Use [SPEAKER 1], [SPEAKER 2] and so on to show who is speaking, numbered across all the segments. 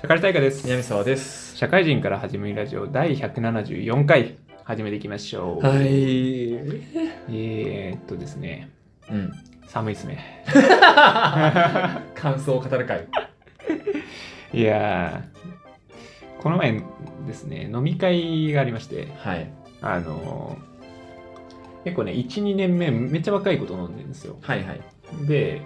[SPEAKER 1] 社会大会です
[SPEAKER 2] 南沢です。
[SPEAKER 1] 社会人から始めるラジオ第174回始めていきましょう、
[SPEAKER 2] い。
[SPEAKER 1] えー、っとですね
[SPEAKER 2] うん。
[SPEAKER 1] 寒いですね
[SPEAKER 2] 感想を語る会。
[SPEAKER 1] いやーこの前ですね飲み会がありまして
[SPEAKER 2] はい。
[SPEAKER 1] あのー結構ね12年目めっちゃ若い子と飲んでるんですよ
[SPEAKER 2] はいはい。
[SPEAKER 1] で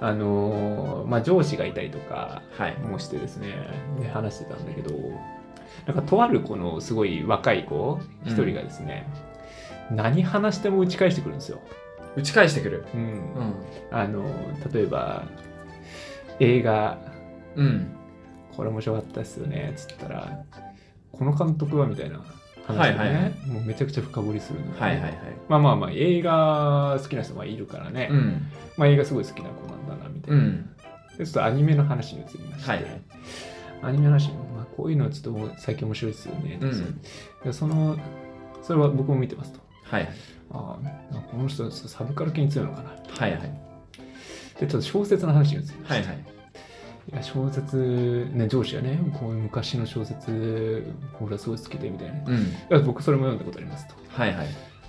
[SPEAKER 1] あのーまあ上司がいたりとか
[SPEAKER 2] はい。
[SPEAKER 1] もしてですねで話してたんだけどなんかとある子のすごい若い子一人がですね、何話しても打ち返してくるんですよ。
[SPEAKER 2] 打ち返してくる。
[SPEAKER 1] うん
[SPEAKER 2] うん。
[SPEAKER 1] あの例えば映画
[SPEAKER 2] うん。
[SPEAKER 1] これ面白かったですよねっつったらこの監督はみたいな話をね、
[SPEAKER 2] はいはいはい
[SPEAKER 1] もうめちゃくちゃ深掘りするの、ね
[SPEAKER 2] はいはいはい。
[SPEAKER 1] まあまあまあ映画好きな人もいるからね、
[SPEAKER 2] うん。
[SPEAKER 1] まあ映画すごい好きな子なんだなみたいうな、
[SPEAKER 2] ん。
[SPEAKER 1] でちょっとアニメの話に移りまして、
[SPEAKER 2] はいはい
[SPEAKER 1] アニメの話、まあ、こういうのちょっともう最近面白いですよね、
[SPEAKER 2] うん。
[SPEAKER 1] でそのそれは僕も見てますと
[SPEAKER 2] はいはい。
[SPEAKER 1] ああなんかこの人サブカル系に強いのかなで
[SPEAKER 2] はいはい。
[SPEAKER 1] ちょっと小説の話に移りまして、
[SPEAKER 2] はいはい。
[SPEAKER 1] いや小説、ね、上司がねこういう昔の小説僕らすごい好きでみたいない
[SPEAKER 2] うん。
[SPEAKER 1] や僕それも読んだことありますと
[SPEAKER 2] はいはい。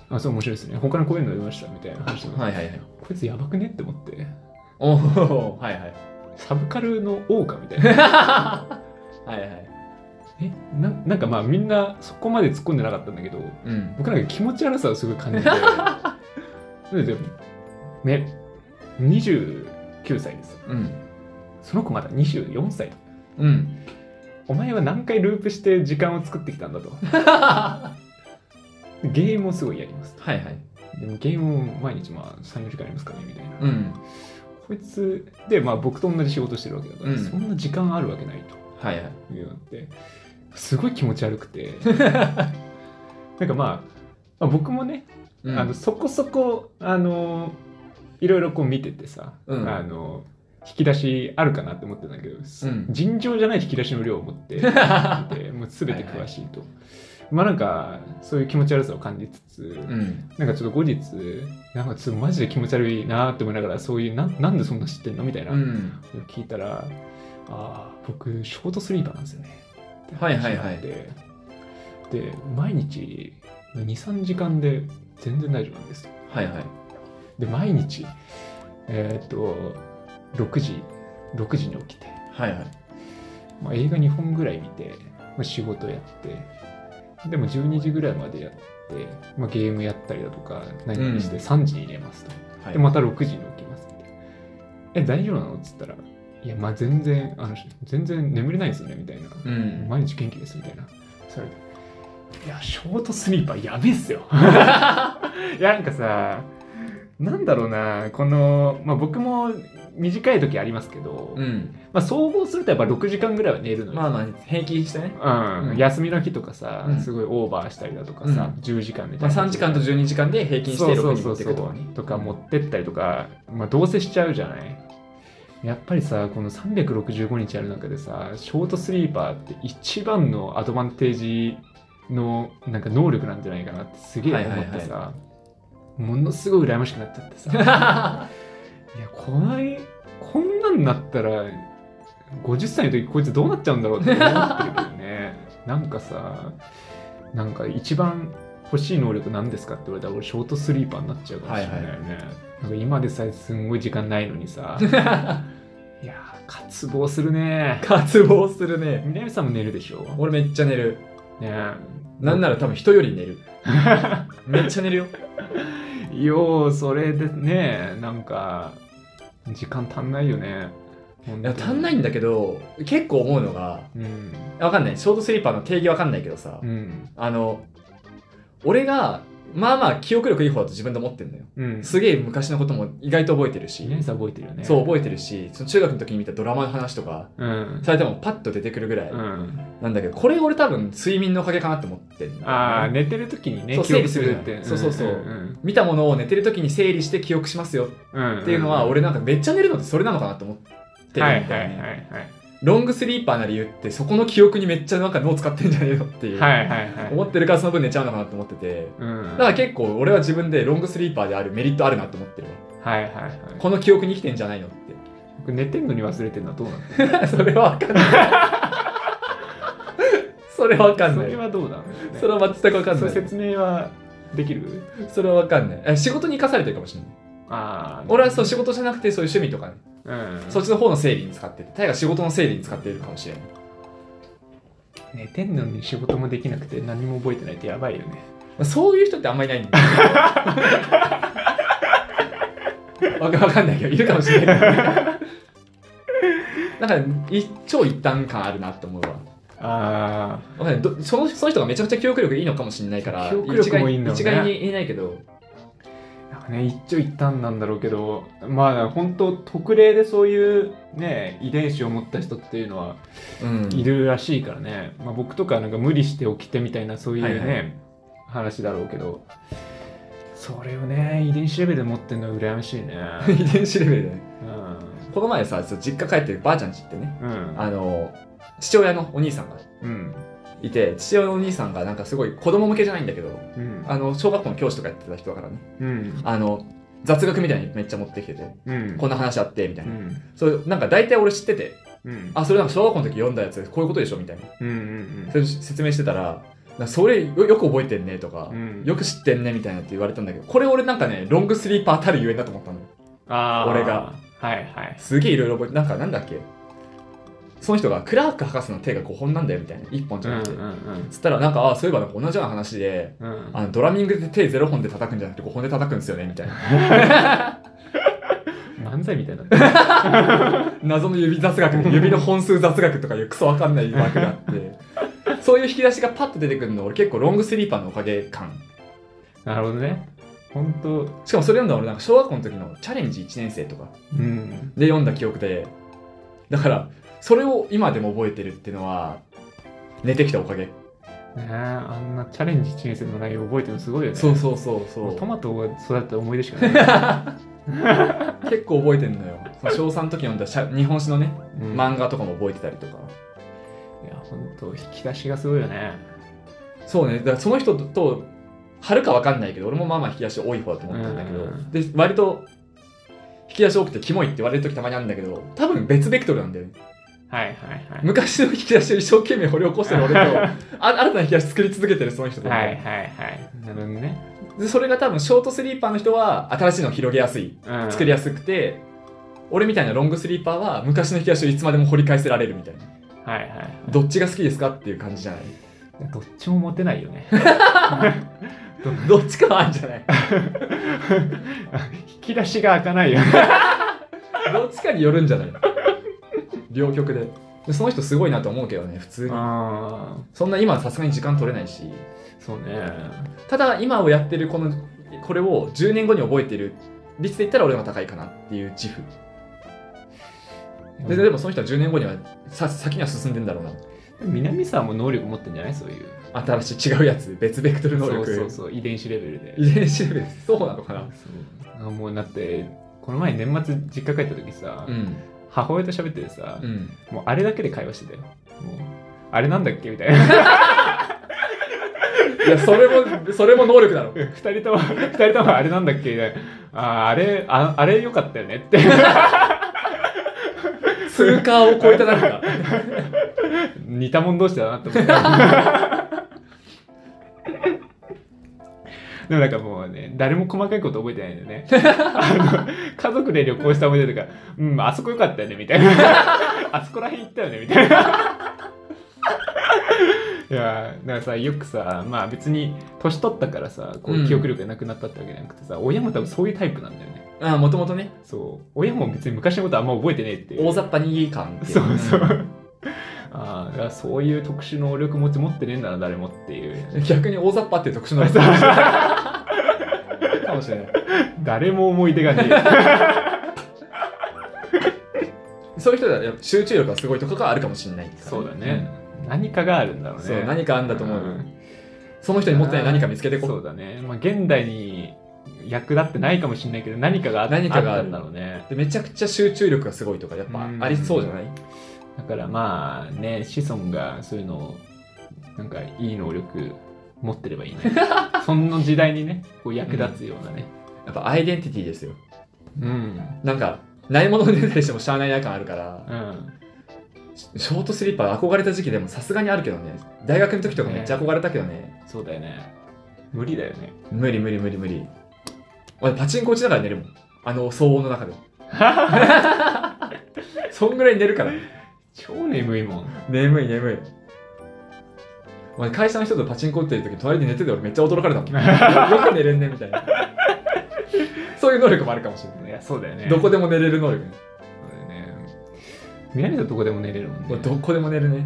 [SPEAKER 1] あそう面白いですね他のこういうの読みましたみたいな話を、
[SPEAKER 2] はいはいはい。
[SPEAKER 1] こいつやばくねって思って
[SPEAKER 2] おお。はいはい。
[SPEAKER 1] サブカルの王かみたい な
[SPEAKER 2] はいはい。
[SPEAKER 1] えななんかまあみんなそこまで突っ込んでなかったんだけど
[SPEAKER 2] うん。
[SPEAKER 1] 僕なんか気持ち悪さをすごい感じてででもね29歳です
[SPEAKER 2] うん。
[SPEAKER 1] その子まだ24歳と
[SPEAKER 2] うん。
[SPEAKER 1] お前は何回ループして時間を作ってきたんだ と
[SPEAKER 2] は
[SPEAKER 1] ゲームもすごいやります
[SPEAKER 2] いはい。
[SPEAKER 1] でもゲームを毎日まあ34時間やりますからねみたいな、
[SPEAKER 2] うん。
[SPEAKER 1] こいつでまあ僕と同じ仕事してるわけだから、
[SPEAKER 2] うん
[SPEAKER 1] そんな時間あるわけない
[SPEAKER 2] はいはい。
[SPEAKER 1] というのがあってすごい気持ち悪く てなんかまあまあ僕もね、
[SPEAKER 2] うん
[SPEAKER 1] あのそこそこあのいろいろこう見ててさ、
[SPEAKER 2] うん
[SPEAKER 1] あの引き出しあるかなって思ってたんだけど、
[SPEAKER 2] ん
[SPEAKER 1] 尋常じゃない引き出しの量を持っ て
[SPEAKER 2] は
[SPEAKER 1] でもう全て詳しいと。まあなんかそういう気持ち悪さを感じつつ、
[SPEAKER 2] うん。
[SPEAKER 1] なんかちょっと後日なんかちょっとマジで気持ち悪いなって思いながらそういうななんでそんな知ってんのみたいな、
[SPEAKER 2] うん。
[SPEAKER 1] 聞いたら「ああ僕ショートスリーパーなんですよね」って
[SPEAKER 2] はいはいはい
[SPEAKER 1] 話になってで毎日23時間で全然大丈夫なんですと
[SPEAKER 2] はいはい。
[SPEAKER 1] で毎日えーっと6時6時に起きて、
[SPEAKER 2] はいはい。
[SPEAKER 1] まあ、映画2本ぐらい見て、まあ、仕事やってでも12時ぐらいまでやって、まあ、ゲームやったりだとか何々して
[SPEAKER 2] うん
[SPEAKER 1] 3時に寝ますと。
[SPEAKER 2] はい。
[SPEAKER 1] でまた6時に起きますみたいなえ大丈夫なのっつったら「いやまあ全然あの全然眠れないですよね」みたいな、
[SPEAKER 2] うん。
[SPEAKER 1] 毎日元気です」みたいなそれで「いやショートスリーパーやべえっ すよ」いやなんかさなんだろうなこの、まあ、僕も短い時ありますけど、
[SPEAKER 2] うん。
[SPEAKER 1] まあ、総合するとやっぱ6時間ぐらいは寝るのよ、
[SPEAKER 2] まあまあ、平気してね。
[SPEAKER 1] うん
[SPEAKER 2] うん
[SPEAKER 1] 休みの日とかさ、
[SPEAKER 2] うん
[SPEAKER 1] すごいオーバーしたりだとかさ、
[SPEAKER 2] うん
[SPEAKER 1] 10時間みた
[SPEAKER 2] ま
[SPEAKER 1] い
[SPEAKER 2] あ、
[SPEAKER 1] な
[SPEAKER 2] 3時間と12時間で平均して
[SPEAKER 1] そ
[SPEAKER 2] 6
[SPEAKER 1] う
[SPEAKER 2] に
[SPEAKER 1] そう
[SPEAKER 2] 持ってい
[SPEAKER 1] そう
[SPEAKER 2] く
[SPEAKER 1] そ
[SPEAKER 2] と
[SPEAKER 1] う
[SPEAKER 2] かね。
[SPEAKER 1] とか持ってったりとか、まあ、どうせしちゃうじゃないやっぱりさこの365日ある中でさショートスリーパーって一番のアドバンテージのなんか能力なんじゃないかなってすげえ思ってさ、ものすごい羨ましくなっちゃってさいやこないこんなんなったら50歳の時こいつどうなっちゃうんだろうって思ってるけど ねなんかさなんか一番欲しい能力なんですかって言われたら俺ショートスリーパーになっちゃうかもしれないよね、なんか今でさえすんごい時間ないのに さいやー渇望するね
[SPEAKER 2] 渇望するね。
[SPEAKER 1] 南さんも寝るでしょ
[SPEAKER 2] 俺めっちゃ寝る。
[SPEAKER 1] ね
[SPEAKER 2] なんなら多分人より寝 る。めっちゃ寝るよ。
[SPEAKER 1] ようそれでねなんか時間足んないよね
[SPEAKER 2] いや足んないいんだけど、結構思うのが、
[SPEAKER 1] うん
[SPEAKER 2] わかんない。ショートスリーパーの定義わかんないけどさ、
[SPEAKER 1] うん
[SPEAKER 2] あの、俺が、まあまあ記憶力いい方だと自分で思ってるのよ。
[SPEAKER 1] うん
[SPEAKER 2] すげえ昔のことも意外と覚えてるし、
[SPEAKER 1] 南さん覚えてるよね
[SPEAKER 2] そう覚えてるし、その中学の時に見たドラマの話とか、
[SPEAKER 1] うん
[SPEAKER 2] されてもパッと出てくるぐらい
[SPEAKER 1] うん、
[SPEAKER 2] なんだけど、これ俺多分睡眠のおかげかなって思ってんだよね
[SPEAKER 1] ああ寝てる時にね
[SPEAKER 2] そう
[SPEAKER 1] 記憶するっ
[SPEAKER 2] 整
[SPEAKER 1] て
[SPEAKER 2] 理するじゃないそうそうそうん見たものを寝てる時に整理して記憶しますよ
[SPEAKER 1] うん
[SPEAKER 2] っていうのは、
[SPEAKER 1] ん
[SPEAKER 2] 俺なんかめっちゃ寝るのってそれなのかなって思ってるんだ
[SPEAKER 1] は
[SPEAKER 2] よ
[SPEAKER 1] い
[SPEAKER 2] ね、
[SPEAKER 1] はいはいはい
[SPEAKER 2] ロングスリーパーな理由ってそこの記憶にめっちゃなんか脳使ってんじゃねえのっていう、
[SPEAKER 1] はいはいはい
[SPEAKER 2] 思ってるからその分寝ちゃうのかなって思ってて
[SPEAKER 1] うん
[SPEAKER 2] だから結構俺は自分でロングスリーパーであるメリットあるなって思ってるわ
[SPEAKER 1] はいはいはい
[SPEAKER 2] この記憶に生きてんじゃないのって
[SPEAKER 1] 寝てんのに忘れてんのはどうなの
[SPEAKER 2] それはわかんない。 それはわかん
[SPEAKER 1] そ
[SPEAKER 2] ない
[SPEAKER 1] れ。はどうなの、ね、
[SPEAKER 2] それは全くわかん
[SPEAKER 1] そ
[SPEAKER 2] な
[SPEAKER 1] れ
[SPEAKER 2] い。
[SPEAKER 1] 説明はできる
[SPEAKER 2] それはわかんない。え仕事に生かされてるかもしれない。
[SPEAKER 1] ああ
[SPEAKER 2] 俺はそう仕事じゃなくてそういう趣味とかね、
[SPEAKER 1] うん、
[SPEAKER 2] そっちの方の整理に使ってて、タイが仕事の整理に使っているかもしれない。ま
[SPEAKER 1] 寝てんのに仕事もできなくて何も覚えてないってやばいよね
[SPEAKER 2] あそういう人ってあんまりいない んだよ。わかわかんないけど、いるかもしれないけど。なんか、一長一短感あるなって思うわ。
[SPEAKER 1] あ
[SPEAKER 2] わかんないどそのその人がめちゃくちゃ記憶力いいのかもしれないから、
[SPEAKER 1] 記憶力もいいんだろうね
[SPEAKER 2] 一概に一概に言えないけど、
[SPEAKER 1] あなんかね一長一短なんだろうけどまあ本当特例でそういうね遺伝子を持った人っていうのは
[SPEAKER 2] うん
[SPEAKER 1] いるらしいからね、まあ、僕とかなんか無理して起きてみたいなそういうね、
[SPEAKER 2] はいは
[SPEAKER 1] 話だろうけどそれをね遺伝子レベルで持ってるのは羨ましいね
[SPEAKER 2] 遺伝子レベルでね。
[SPEAKER 1] うん
[SPEAKER 2] この前さ、そう実家帰ってばあちゃんち行ってね、
[SPEAKER 1] うん
[SPEAKER 2] あの、父親のお兄さんが
[SPEAKER 1] うん
[SPEAKER 2] いて、父親のお兄さんがなんかすごい子供向けじゃないんだけど、
[SPEAKER 1] うん
[SPEAKER 2] あの、小学校の教師とかやってた人だからね、
[SPEAKER 1] うん
[SPEAKER 2] あの、雑学みたいにめっちゃ持ってきてて、
[SPEAKER 1] うん
[SPEAKER 2] こんな話あって、みたいうな。
[SPEAKER 1] ん
[SPEAKER 2] それ、なんか大体俺知ってて、
[SPEAKER 1] うん
[SPEAKER 2] あ、それなんか小学校の時読んだやつ、こういうことでしょみたいな。
[SPEAKER 1] うんうん
[SPEAKER 2] それ説明してたら、なんかそれよよく覚えてんねとか
[SPEAKER 1] う、ん
[SPEAKER 2] よく知ってんねみたいなって言われたんだけど、これ俺なんかね、ロングスリーパーたるゆえんだと思ったのよ。
[SPEAKER 1] あー
[SPEAKER 2] 俺が
[SPEAKER 1] はいはい
[SPEAKER 2] すげえいろいろ覚えて、なんかなんだっけその人がクラーク博士の手が5本なんだよみたいな。1本じ
[SPEAKER 1] う
[SPEAKER 2] ゃ
[SPEAKER 1] ん
[SPEAKER 2] なくて。
[SPEAKER 1] うん
[SPEAKER 2] つったら、なんか、あそういえばなんか同じような話で、
[SPEAKER 1] うんうん
[SPEAKER 2] あのドラミングで手0本で叩くんじゃなくて5本で叩くんですよねみたいな。
[SPEAKER 1] 漫才みたいになってる
[SPEAKER 2] 謎の指雑学で指の本数雑学とかいうクソわかんない枠があってそういう引き出しがパッと出てくるの俺結構ロングスリーパーのおかげ感
[SPEAKER 1] なるほどね本当
[SPEAKER 2] しかもそれ読んだの俺なんか小学校の時のチャレンジ1年生とか
[SPEAKER 1] うん
[SPEAKER 2] で読んだ記憶でだからそれを今でも覚えてるっていうのは寝てきたおかげ
[SPEAKER 1] ねえあんなチャレンジ1年生の内容覚えてるのすごいよね
[SPEAKER 2] そうそうそうそ
[SPEAKER 1] もうト
[SPEAKER 2] う
[SPEAKER 1] マトを育てた思い出しかない、
[SPEAKER 2] 結構覚えてんのよその小3の時読んだしゃ日本史のね
[SPEAKER 1] うん
[SPEAKER 2] 漫画とかも覚えてたりとか
[SPEAKER 1] いや本当引き出しがすごいよね
[SPEAKER 2] そうねだからその人とはるかわかんないけど俺もまあまあ引き出し多い方だと思ったんだけど、
[SPEAKER 1] うん
[SPEAKER 2] で割と引き出し多くてキモいって言われる時たまにあるんだけど多分別ベクトルなんだよね
[SPEAKER 1] はいはいはい
[SPEAKER 2] 昔の引き出しを一生懸命掘 り起こしてる俺とあ新たな引き出し作り続けてるその人と、
[SPEAKER 1] はいはいはいなるほどね、
[SPEAKER 2] でそれが多分ショートスリーパーの人は新しいのを広げやすい
[SPEAKER 1] うん、
[SPEAKER 2] 作りやすくて、俺みたいなロングスリーパーは昔の引き出しをいつまでも掘り返せられるみたいな
[SPEAKER 1] はいはいはい
[SPEAKER 2] どっちが好きですかっていう感じじゃない
[SPEAKER 1] どっちもモテないよ ね
[SPEAKER 2] どっちかはあるんじゃない
[SPEAKER 1] 引き出しが開かないよね
[SPEAKER 2] どっちかによるんじゃない両極ででその人すごいなと思うけどね普通に
[SPEAKER 1] あ
[SPEAKER 2] そんな今はさすがに時間取れないし
[SPEAKER 1] あそうね
[SPEAKER 2] ただ今をやってるこのこれを10年後に覚えてる率で言ったら俺の方が高いかなっていう自負ででもその人は10年後にはさ先には進んでんだろうな
[SPEAKER 1] 南沢も能力持ってんじゃないそういう
[SPEAKER 2] 新しい違うやつ別ベクトル能力
[SPEAKER 1] そうそうそう遺伝子レベルで
[SPEAKER 2] 遺伝子レベルそうなのかな
[SPEAKER 1] そうあもうだってこの前年末実家帰った時さ、
[SPEAKER 2] うん
[SPEAKER 1] 母親と喋っててさ、
[SPEAKER 2] うん
[SPEAKER 1] もうあれだけで会話してたよもうあれなんだっけみたいな
[SPEAKER 2] いやそれもそれも能力だろ
[SPEAKER 1] 二人とも二人ともあれなんだっけみたいなあーあれああれ良かったよねって
[SPEAKER 2] 通過を超えたなんか
[SPEAKER 1] 似たもん同士だなって思ったでもなんかもうね誰も細かいこと覚えてないんだよね あの家族で旅行した思い出とかうんあそこ良かったよねみたいな あそこら辺行ったよねみたいな いやーだからさよくさまあ別に年取ったからさこ
[SPEAKER 2] う
[SPEAKER 1] うん記憶力がなくなったってわけじゃなくてさ、親も多分そういうタイプなんだよね
[SPEAKER 2] あもともとね
[SPEAKER 1] そう親も別に昔のことあんま覚えてねえっていう
[SPEAKER 2] 大雑把にいい感ってい
[SPEAKER 1] そうそ
[SPEAKER 2] ん
[SPEAKER 1] う。 ああ、だからそういう特殊能力持ち持ってねえんだな、誰もっていう。
[SPEAKER 2] 逆に大雑把っていう特殊なやつかもしれないかもしれない
[SPEAKER 1] 誰も思い出がね え。
[SPEAKER 2] そういう人はやっぱ集中力がすごいとかがあるかもしれないから
[SPEAKER 1] そうだね、。何かがあるんだろうね。
[SPEAKER 2] そう何かあるんだと思う、
[SPEAKER 1] ん
[SPEAKER 2] その人に持ってない何か見つけてこ
[SPEAKER 1] そうだね。まあ、現代に役立ってないかもしれないけど、何かがあ
[SPEAKER 2] 何かがあ
[SPEAKER 1] あ
[SPEAKER 2] る
[SPEAKER 1] ったんだろうね。
[SPEAKER 2] でめちゃくちゃ集中力がすごいとかやっぱありそうじゃない、
[SPEAKER 1] だからまあね、子孫がそういうのを、なんかいい能力持ってればいい ね。そんな時代にね、こう役立つようなね。
[SPEAKER 2] やっぱアイデンティティですよ
[SPEAKER 1] うん。
[SPEAKER 2] なんかないものを出たりしてもしゃあないな感あるから
[SPEAKER 1] うん
[SPEAKER 2] シショートスリーパー憧れた時期でもさすがにあるけどね大学の時とかめっちゃ憧れたけどね
[SPEAKER 1] そうだよね無理だよね
[SPEAKER 2] 無理無理無理無理俺パチンコ打ちながら寝るもんあの騒音の中で そんぐらい寝るから
[SPEAKER 1] 超眠いもん
[SPEAKER 2] 眠い眠いお前会社の人とパチンコ打ってる時隣で寝てて俺めっちゃ驚かれたもん よく寝れんねみたいなそういう能力もあるかもしれない
[SPEAKER 1] いやそうだよね
[SPEAKER 2] どこでも寝れる能力ね
[SPEAKER 1] そうだよね南さんどこでも寝れるもんね
[SPEAKER 2] 俺どこでも寝るね
[SPEAKER 1] いや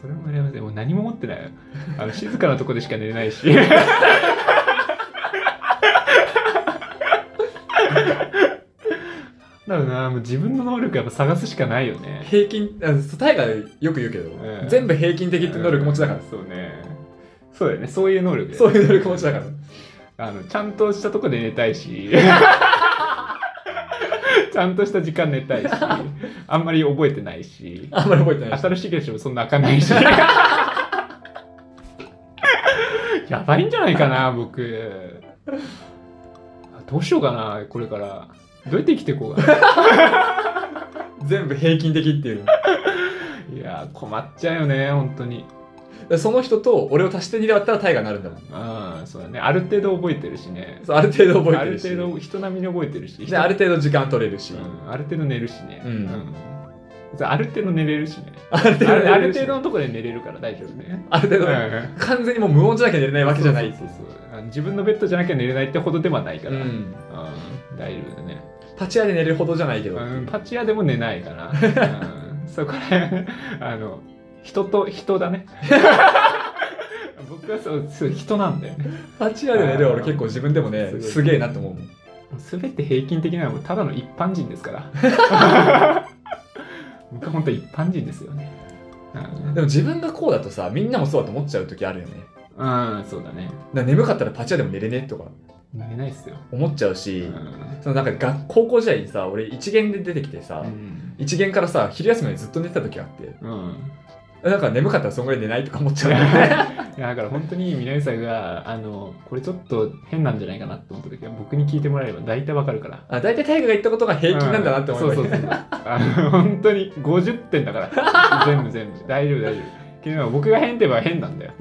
[SPEAKER 1] それも羨ましいもう何も持ってないよあ の静かなとこでしか寝れないしだろうなもう自分の能力やっぱ探すしかないよね
[SPEAKER 2] 平均あそうタイガーよく言うけど、
[SPEAKER 1] うん
[SPEAKER 2] 全部平均的って能力持ちだから、
[SPEAKER 1] そうねそうだよねそういう能力だよ
[SPEAKER 2] そう
[SPEAKER 1] ね
[SPEAKER 2] いう能力持ちだから
[SPEAKER 1] あのちゃんとしたとこで寝たい しちゃんとした時間寝たいしあんまり覚えてないし
[SPEAKER 2] あんまり覚えてないし
[SPEAKER 1] 新しい現象もそんな開か ないしやばいんじゃないかな僕どうしようかなこれからどうやって生きていこうかな
[SPEAKER 2] 全部平均的っていうだか
[SPEAKER 1] いや困っちゃうよね本当に
[SPEAKER 2] らその人と俺を足して2で割ったらタイガーになるんだもん
[SPEAKER 1] うんそうだねある程度覚えてるしね
[SPEAKER 2] そうある程度覚え
[SPEAKER 1] あ
[SPEAKER 2] て
[SPEAKER 1] る
[SPEAKER 2] るし
[SPEAKER 1] 程度人並みに覚えてるし
[SPEAKER 2] である程度時間取れるし、
[SPEAKER 1] うんある程度寝るしね、
[SPEAKER 2] うん
[SPEAKER 1] うんある程度寝れるしね
[SPEAKER 2] ある程
[SPEAKER 1] あ
[SPEAKER 2] 度寝
[SPEAKER 1] るあ
[SPEAKER 2] れ
[SPEAKER 1] る
[SPEAKER 2] るし
[SPEAKER 1] 程度のところで寝れるから大丈夫ね、
[SPEAKER 2] ある程
[SPEAKER 1] う
[SPEAKER 2] 度、
[SPEAKER 1] ん、
[SPEAKER 2] 完全にもう無音じゃなきゃ寝れないわけじゃない
[SPEAKER 1] そうそうそうあの自分のベッドじゃなきゃ寝れないってほどではないから、
[SPEAKER 2] うん
[SPEAKER 1] うん大丈夫だね、
[SPEAKER 2] パチ屋で寝るほどじゃないけど、
[SPEAKER 1] うん、パチ屋でも寝ないか な、うん、そこら辺あの人と人だ ね僕はそうそう人なんだよね
[SPEAKER 2] パチ屋で寝る
[SPEAKER 1] あー
[SPEAKER 2] 俺結構自分でもね
[SPEAKER 1] すごい
[SPEAKER 2] すげえなって思うもん
[SPEAKER 1] 全て平均的なのはもうただの一般人ですから 僕は本当一般人ですよねうん
[SPEAKER 2] でも自分がこうだとさみんなもそうだと思っちゃう時あるよねだか
[SPEAKER 1] うん、そうだね
[SPEAKER 2] ら眠かったらパチ屋でも寝れねえとか
[SPEAKER 1] 寝れないっすよ、
[SPEAKER 2] 思っちゃう
[SPEAKER 1] う
[SPEAKER 2] し、
[SPEAKER 1] ん
[SPEAKER 2] そのなんか学高校時代にさ俺一限で出てきてさ、
[SPEAKER 1] うん
[SPEAKER 2] 一限からさ昼休みまでずっと寝てた時があって
[SPEAKER 1] うん
[SPEAKER 2] なんか眠かったらそんぐらい寝ないとか思っちゃう よね
[SPEAKER 1] いやだから本当に南さんがあのこれちょっと変なんじゃないかなと思った時は僕に聞いてもらえれば大体わかるから
[SPEAKER 2] あ大体大我が言ったことが平均なんだなって思
[SPEAKER 1] う
[SPEAKER 2] うん
[SPEAKER 1] そうそうそうあの本当に50点だから全部全部大丈夫大丈夫けど僕が変って言えば変なんだよ、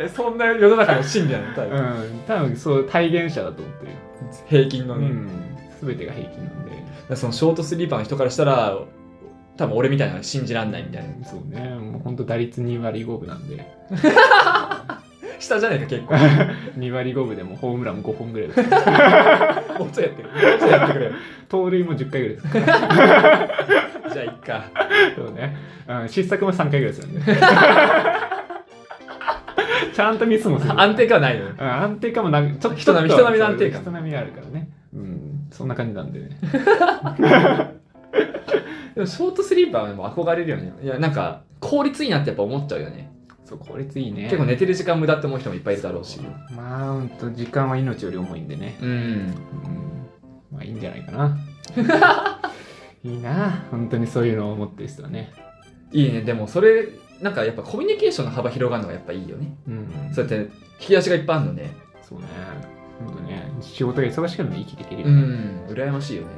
[SPEAKER 2] えそんな世の中の真理なの、多
[SPEAKER 1] う
[SPEAKER 2] 分
[SPEAKER 1] ん、多分そう体現者だと思ってるよ、
[SPEAKER 2] 平均の
[SPEAKER 1] う
[SPEAKER 2] ね、
[SPEAKER 1] ん、全てが平均なんで
[SPEAKER 2] だからそのショートスリーパーの人からしたら多分俺みたいなのは信じらんないみたいな
[SPEAKER 1] そうねもう本当打率2割5分なんで
[SPEAKER 2] 下じゃない か結構
[SPEAKER 1] 2割5分でもうホームラン5本ぐらい打つ
[SPEAKER 2] もうちょいやってくれもうちょいやってくれ
[SPEAKER 1] 盗塁も10回ぐらいです
[SPEAKER 2] じゃあいっか
[SPEAKER 1] そうね、うん、失策も3回ぐらいするんで ちゃんとミスもする
[SPEAKER 2] 安定感はないのよ
[SPEAKER 1] うん安定感もなくちょっと
[SPEAKER 2] 人並み
[SPEAKER 1] ちょっと
[SPEAKER 2] 人並みの安定感
[SPEAKER 1] 人並みがあるからねうんそんな感じなんでね
[SPEAKER 2] でもショートスリーパーはでも憧れるよねいやなんか効率いいなってやっぱ思っちゃうよね
[SPEAKER 1] そう効率いいね
[SPEAKER 2] 結構寝てる時間無駄って思う人もいっぱいいるだろうし
[SPEAKER 1] まあほんと時間は命より重いんでね
[SPEAKER 2] うん
[SPEAKER 1] うんまあいいんじゃないか ないいな本当にそういうのを思ってる人はね
[SPEAKER 2] いいねでもそれなんかやっぱコミュニケーションの幅広がるのがやっぱいいよね
[SPEAKER 1] うん
[SPEAKER 2] そうやって引き出しがいっぱいあるのね
[SPEAKER 1] そうね本当ね仕事が忙しくても生きていけるよ
[SPEAKER 2] う
[SPEAKER 1] ね、
[SPEAKER 2] ん羨ましいよね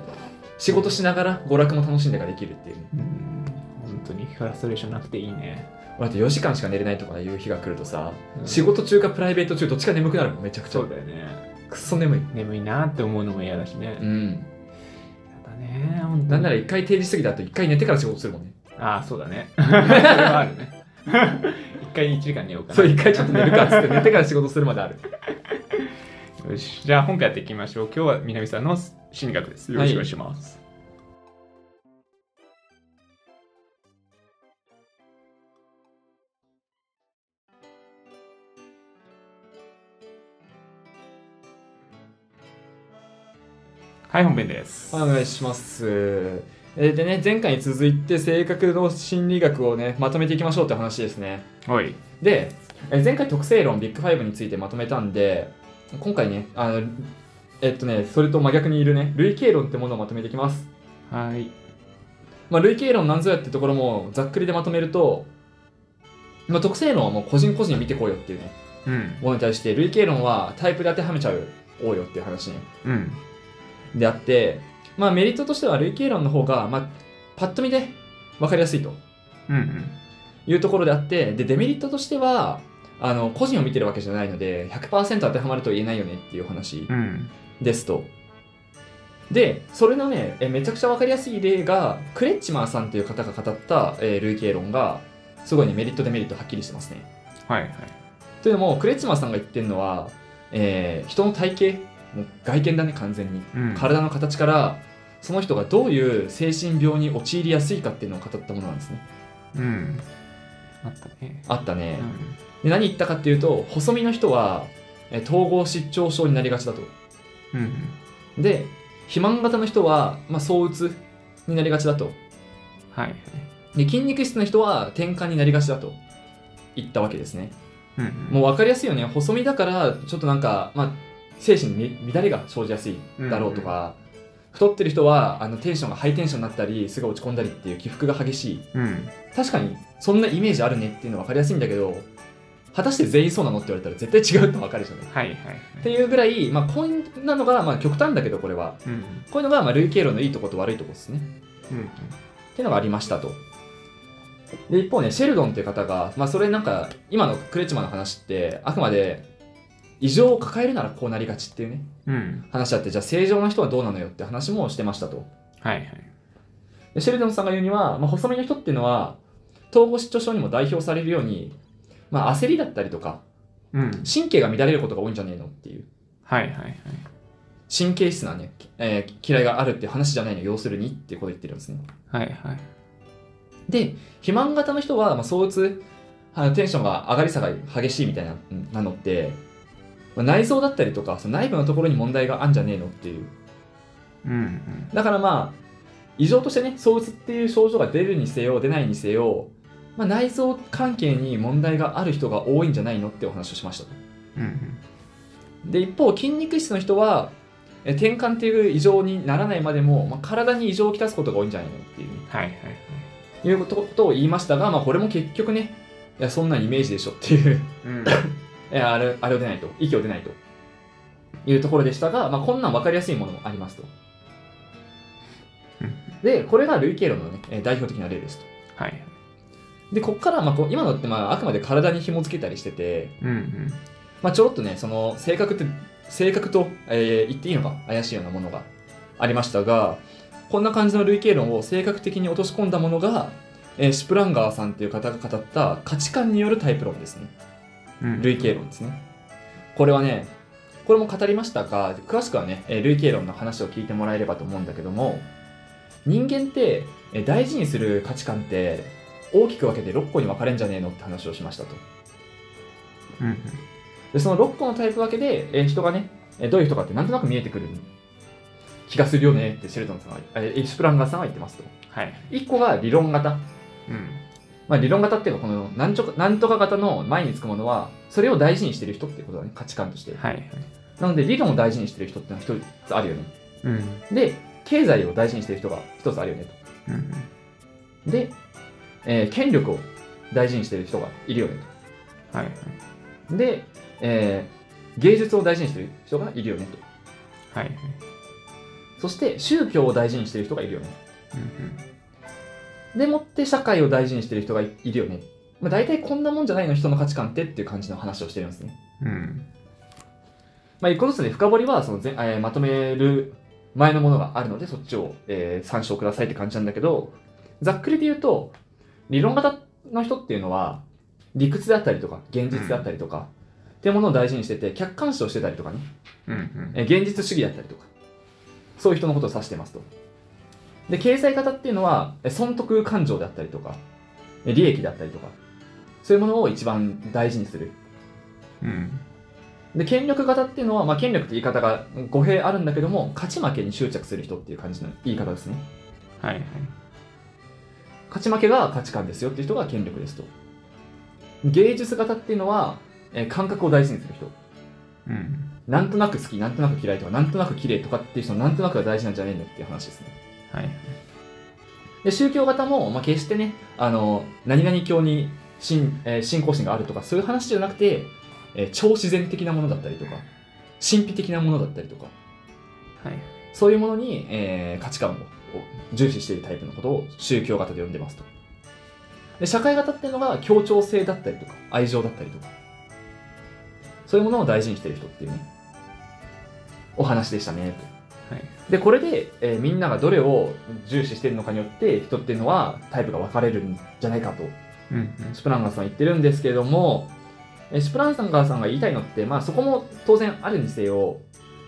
[SPEAKER 2] 仕事しながら娯楽も楽しんでからできるっていうね
[SPEAKER 1] うん、本当にフラストレーションなくていいね
[SPEAKER 2] 俺だって4時間しか寝れないとかいう日が来るとさ、
[SPEAKER 1] うん
[SPEAKER 2] 仕事中かプライベート中どっちか眠くなるもんめちゃくちゃ
[SPEAKER 1] そうだよね
[SPEAKER 2] くっそ眠い
[SPEAKER 1] 眠いなって思うのも嫌だしね。
[SPEAKER 2] うん
[SPEAKER 1] 嫌だね、本当に
[SPEAKER 2] なんなら一回定時過ぎだと一回寝てから仕事するもんね
[SPEAKER 1] ああ、そうだね。それはあるね。一回1時間寝ようかな。
[SPEAKER 2] そう一回ちょっと寝るかっつって寝てから仕事するまである
[SPEAKER 1] よし、じゃあ本編やっていきましょう。今日は南さんの心理学です。よろしくお願いします。はい、本編です。
[SPEAKER 2] お願いしますえーでね前回に続いて性格の心理学をねまとめていきましょうって話ですね
[SPEAKER 1] おい。
[SPEAKER 2] でえー前回特性論ビッグファイブについてまとめたんで今回ねあのえっとねそれと真逆にいるね類型論ってものをまとめていきます
[SPEAKER 1] はい。
[SPEAKER 2] まあ、類型論なんぞやってところもざっくりでまとめると、まあ、特性論はもう個人個人見てこうよっていうね
[SPEAKER 1] うん。
[SPEAKER 2] ものに対して類型論はタイプで当てはめちゃう多いよっていう話ね
[SPEAKER 1] うん。
[SPEAKER 2] であってまあ、メリットとしては累計欄の方が、まあ、パッと見で分かりやすいと
[SPEAKER 1] うんうん。
[SPEAKER 2] いうところであってでデメリットとしてはあの個人を見てるわけじゃないので100%当てはまると言えないよねっていう話
[SPEAKER 1] うん。
[SPEAKER 2] ですと。で、それのね、えめちゃくちゃ分かりやすい例が、クレッチマーさんという方が語った、えー類型論が、すごいね、メリット、デメリットはっきりしてますね。
[SPEAKER 1] はいはい。
[SPEAKER 2] というのも、クレッチマーさんが言ってるのは、えー人の体型、もう外見だね、完全に。
[SPEAKER 1] うん。
[SPEAKER 2] 体の形から、その人がどういう精神病に陥りやすいかっていうのを語ったものなんですね。
[SPEAKER 1] うん。あったね。
[SPEAKER 2] あったね
[SPEAKER 1] う。ん。
[SPEAKER 2] で何言ったかっていうと、細身の人は、えー統合失調症になりがちだと。
[SPEAKER 1] うん。
[SPEAKER 2] で肥満型の人は、まあ、躁うつになりがちだと
[SPEAKER 1] はいはい。
[SPEAKER 2] で筋肉質の人は転換になりがちだと言ったわけですね
[SPEAKER 1] うん。
[SPEAKER 2] もう分かりやすいよね細身だからちょっとなんか、まあ、精神に乱れが生じやすいだろうとか、太ってる人はあのテンションがハイテンションになったりすぐ落ち込んだりっていう起伏が激しい
[SPEAKER 1] うん。
[SPEAKER 2] 確かにそんなイメージあるねっていうのは分かりやすいんだけど果たして全員そうなのって言われたら絶対違うって分かるじゃないっ
[SPEAKER 1] はいはいはい。
[SPEAKER 2] ていうぐらい、まあ、こんなのが、まあ、極端だけどこれは
[SPEAKER 1] うん。
[SPEAKER 2] こういうのが、まあ、類型論のいいとこと悪いとこですね
[SPEAKER 1] うん。
[SPEAKER 2] っていうのがありましたと。で、一方ね、シェルドンっていう方が、まあそれなんか、今のクレチマの話って、あくまで、異常を抱えるならこうなりがちっていうね、
[SPEAKER 1] うん。
[SPEAKER 2] 話あって、じゃあ正常な人はどうなのよって話もしてましたと。
[SPEAKER 1] はいはい。
[SPEAKER 2] でシェルドンさんが言うには、まあ細身の人っていうのは、統合失調症にも代表されるように、まあ焦りだったりとか、
[SPEAKER 1] うん。
[SPEAKER 2] 神経が乱れることが多いんじゃねえのっていう。
[SPEAKER 1] はいはいはい。
[SPEAKER 2] 神経質なね、えー嫌いがあるって話じゃないの、要するにっていうことを言ってるんですね。
[SPEAKER 1] はいはい。
[SPEAKER 2] で肥満型の人は、まあ、躁うつあのテンションが上がり下がり激しいみたいなうんなのって、まあ内臓だったりとかその内部のところに問題があんじゃねえのっていう
[SPEAKER 1] うんうん。
[SPEAKER 2] だからまあ異常としてね躁うつっていう症状が出るにせよ出ないにせよ、まあ、内臓関係に問題がある人が多いんじゃないのってお話をしましたと
[SPEAKER 1] うん
[SPEAKER 2] で一方筋肉質の人はえ転換っていう異常にならないまでも、まあ、体に異常をきたすことが多いんじゃないのっていうね
[SPEAKER 1] うん。はいはいはい。
[SPEAKER 2] いうことことを言いましたが、まあ、これも結局ね、いや、そんなイメージでしょっていう
[SPEAKER 1] うん。
[SPEAKER 2] いや、あれ、あれを出ないと、息を出ないというところでしたが、まあ、こんなん分かりやすいものもありますと
[SPEAKER 1] うん。
[SPEAKER 2] で、これが類型論のね、えー代表的な例ですと。
[SPEAKER 1] はい。
[SPEAKER 2] で、ここから、まあ、こう今のって、まあ、あくまで体に紐付けたりしてて、
[SPEAKER 1] うんうん。
[SPEAKER 2] まあ、ちょろっとね、その、性格って、性格と、えー言っていいのか、怪しいようなものがありましたが、こんな感じの類型論を性格的に落とし込んだものが、えーシュプランガーさんっていう方が語った価値観によるタイプ論ですね。
[SPEAKER 1] うん
[SPEAKER 2] 類型論ですね。これはね、これも語りましたが、詳しくはね、えー類型論の話を聞いてもらえればと思うんだけども、人間って、えー大事にする価値観って、大きく分けて6個に分かれんじゃねえのって話をしましたと。
[SPEAKER 1] うんうん。
[SPEAKER 2] でその6個のタイプ分けで、えー人がね、えーどういう人かってなんとなく見えてくる気がするよねってシェルトンさんが、えーエスプランガーさんは言ってますと。
[SPEAKER 1] はい。
[SPEAKER 2] 1個が理論型。
[SPEAKER 1] うん。
[SPEAKER 2] まあ、理論型っていうか、このなんちょかなんとか型の前につくものは、それを大事にしてる人っていうことだね、価値観として。
[SPEAKER 1] はいはい。
[SPEAKER 2] なので、理論を大事にしてる人ってのは1つあるよね。
[SPEAKER 1] うん。
[SPEAKER 2] で、経済を大事にしてる人が1つあるよね
[SPEAKER 1] うん。
[SPEAKER 2] と。で、えー権力を大事にしてる人がいるよね
[SPEAKER 1] はいはい。
[SPEAKER 2] と。で、えー芸術を大事にしてる人がいるよねと。
[SPEAKER 1] はいはい。
[SPEAKER 2] そして宗教を大事にしてる人がいるよね。
[SPEAKER 1] うん
[SPEAKER 2] でもって社会を大事にしてる人がいいるよね。まあ、大体こんなもんじゃないの人の価値観ってっていう感じの話をしてるんですね。
[SPEAKER 1] うん。うん。
[SPEAKER 2] まあ、一個ずつね、深掘りはそのぜ、えーまとめる前のものがあるので、そっちを、えー参照くださいって感じなんだけど、ざっくりで言うと、理論型の人っていうのは、理屈であったりとか、現実であったりとか、っていうものを大事にしてて、客観視をしてたりとかね、
[SPEAKER 1] うんうん。
[SPEAKER 2] えー現実主義だったりとか、そういう人のことを指してますと。で、経済型っていうのは、えー損得感情であったりとか、えー利益だったりとか、そういうものを一番大事にする。
[SPEAKER 1] うん。
[SPEAKER 2] で、権力型っていうのは、まあ、権力って言い方が語弊あるんだけども、勝ち負けに執着する人っていう感じの言い方ですね。
[SPEAKER 1] はいはい。
[SPEAKER 2] 勝ち負けが価値観ですよっていう人が権力ですと。芸術型っていうのは、えー感覚を大事にする人。
[SPEAKER 1] うん。
[SPEAKER 2] なんとなく好き、なんとなく嫌いとか、なんとなく綺麗とかっていう人のなんとなくが大事なんじゃねえのっていう話ですね。
[SPEAKER 1] はい。
[SPEAKER 2] で宗教型も、まあ、決してねあの何々教に信,、えー信仰心があるとかそういう話じゃなくて、えー超自然的なものだったりとか神秘的なものだったりとか
[SPEAKER 1] はい。
[SPEAKER 2] そういうものに、えー価値観を重視しているタイプのことを宗教型で呼んでますと。で社会型っていうのが協調性だったりとか愛情だったりとかそういうものを大事にしている人っていうねお話でしたねと。
[SPEAKER 1] はい
[SPEAKER 2] でこれで、えーみんながどれを重視しているのかによって人っていうのはタイプが分かれるんじゃないかと
[SPEAKER 1] うんうん
[SPEAKER 2] シュプランガーさんは言ってるんですけれどもえーシュプランガーさんが言いたいのって、まあ、そこも当然あるにせよ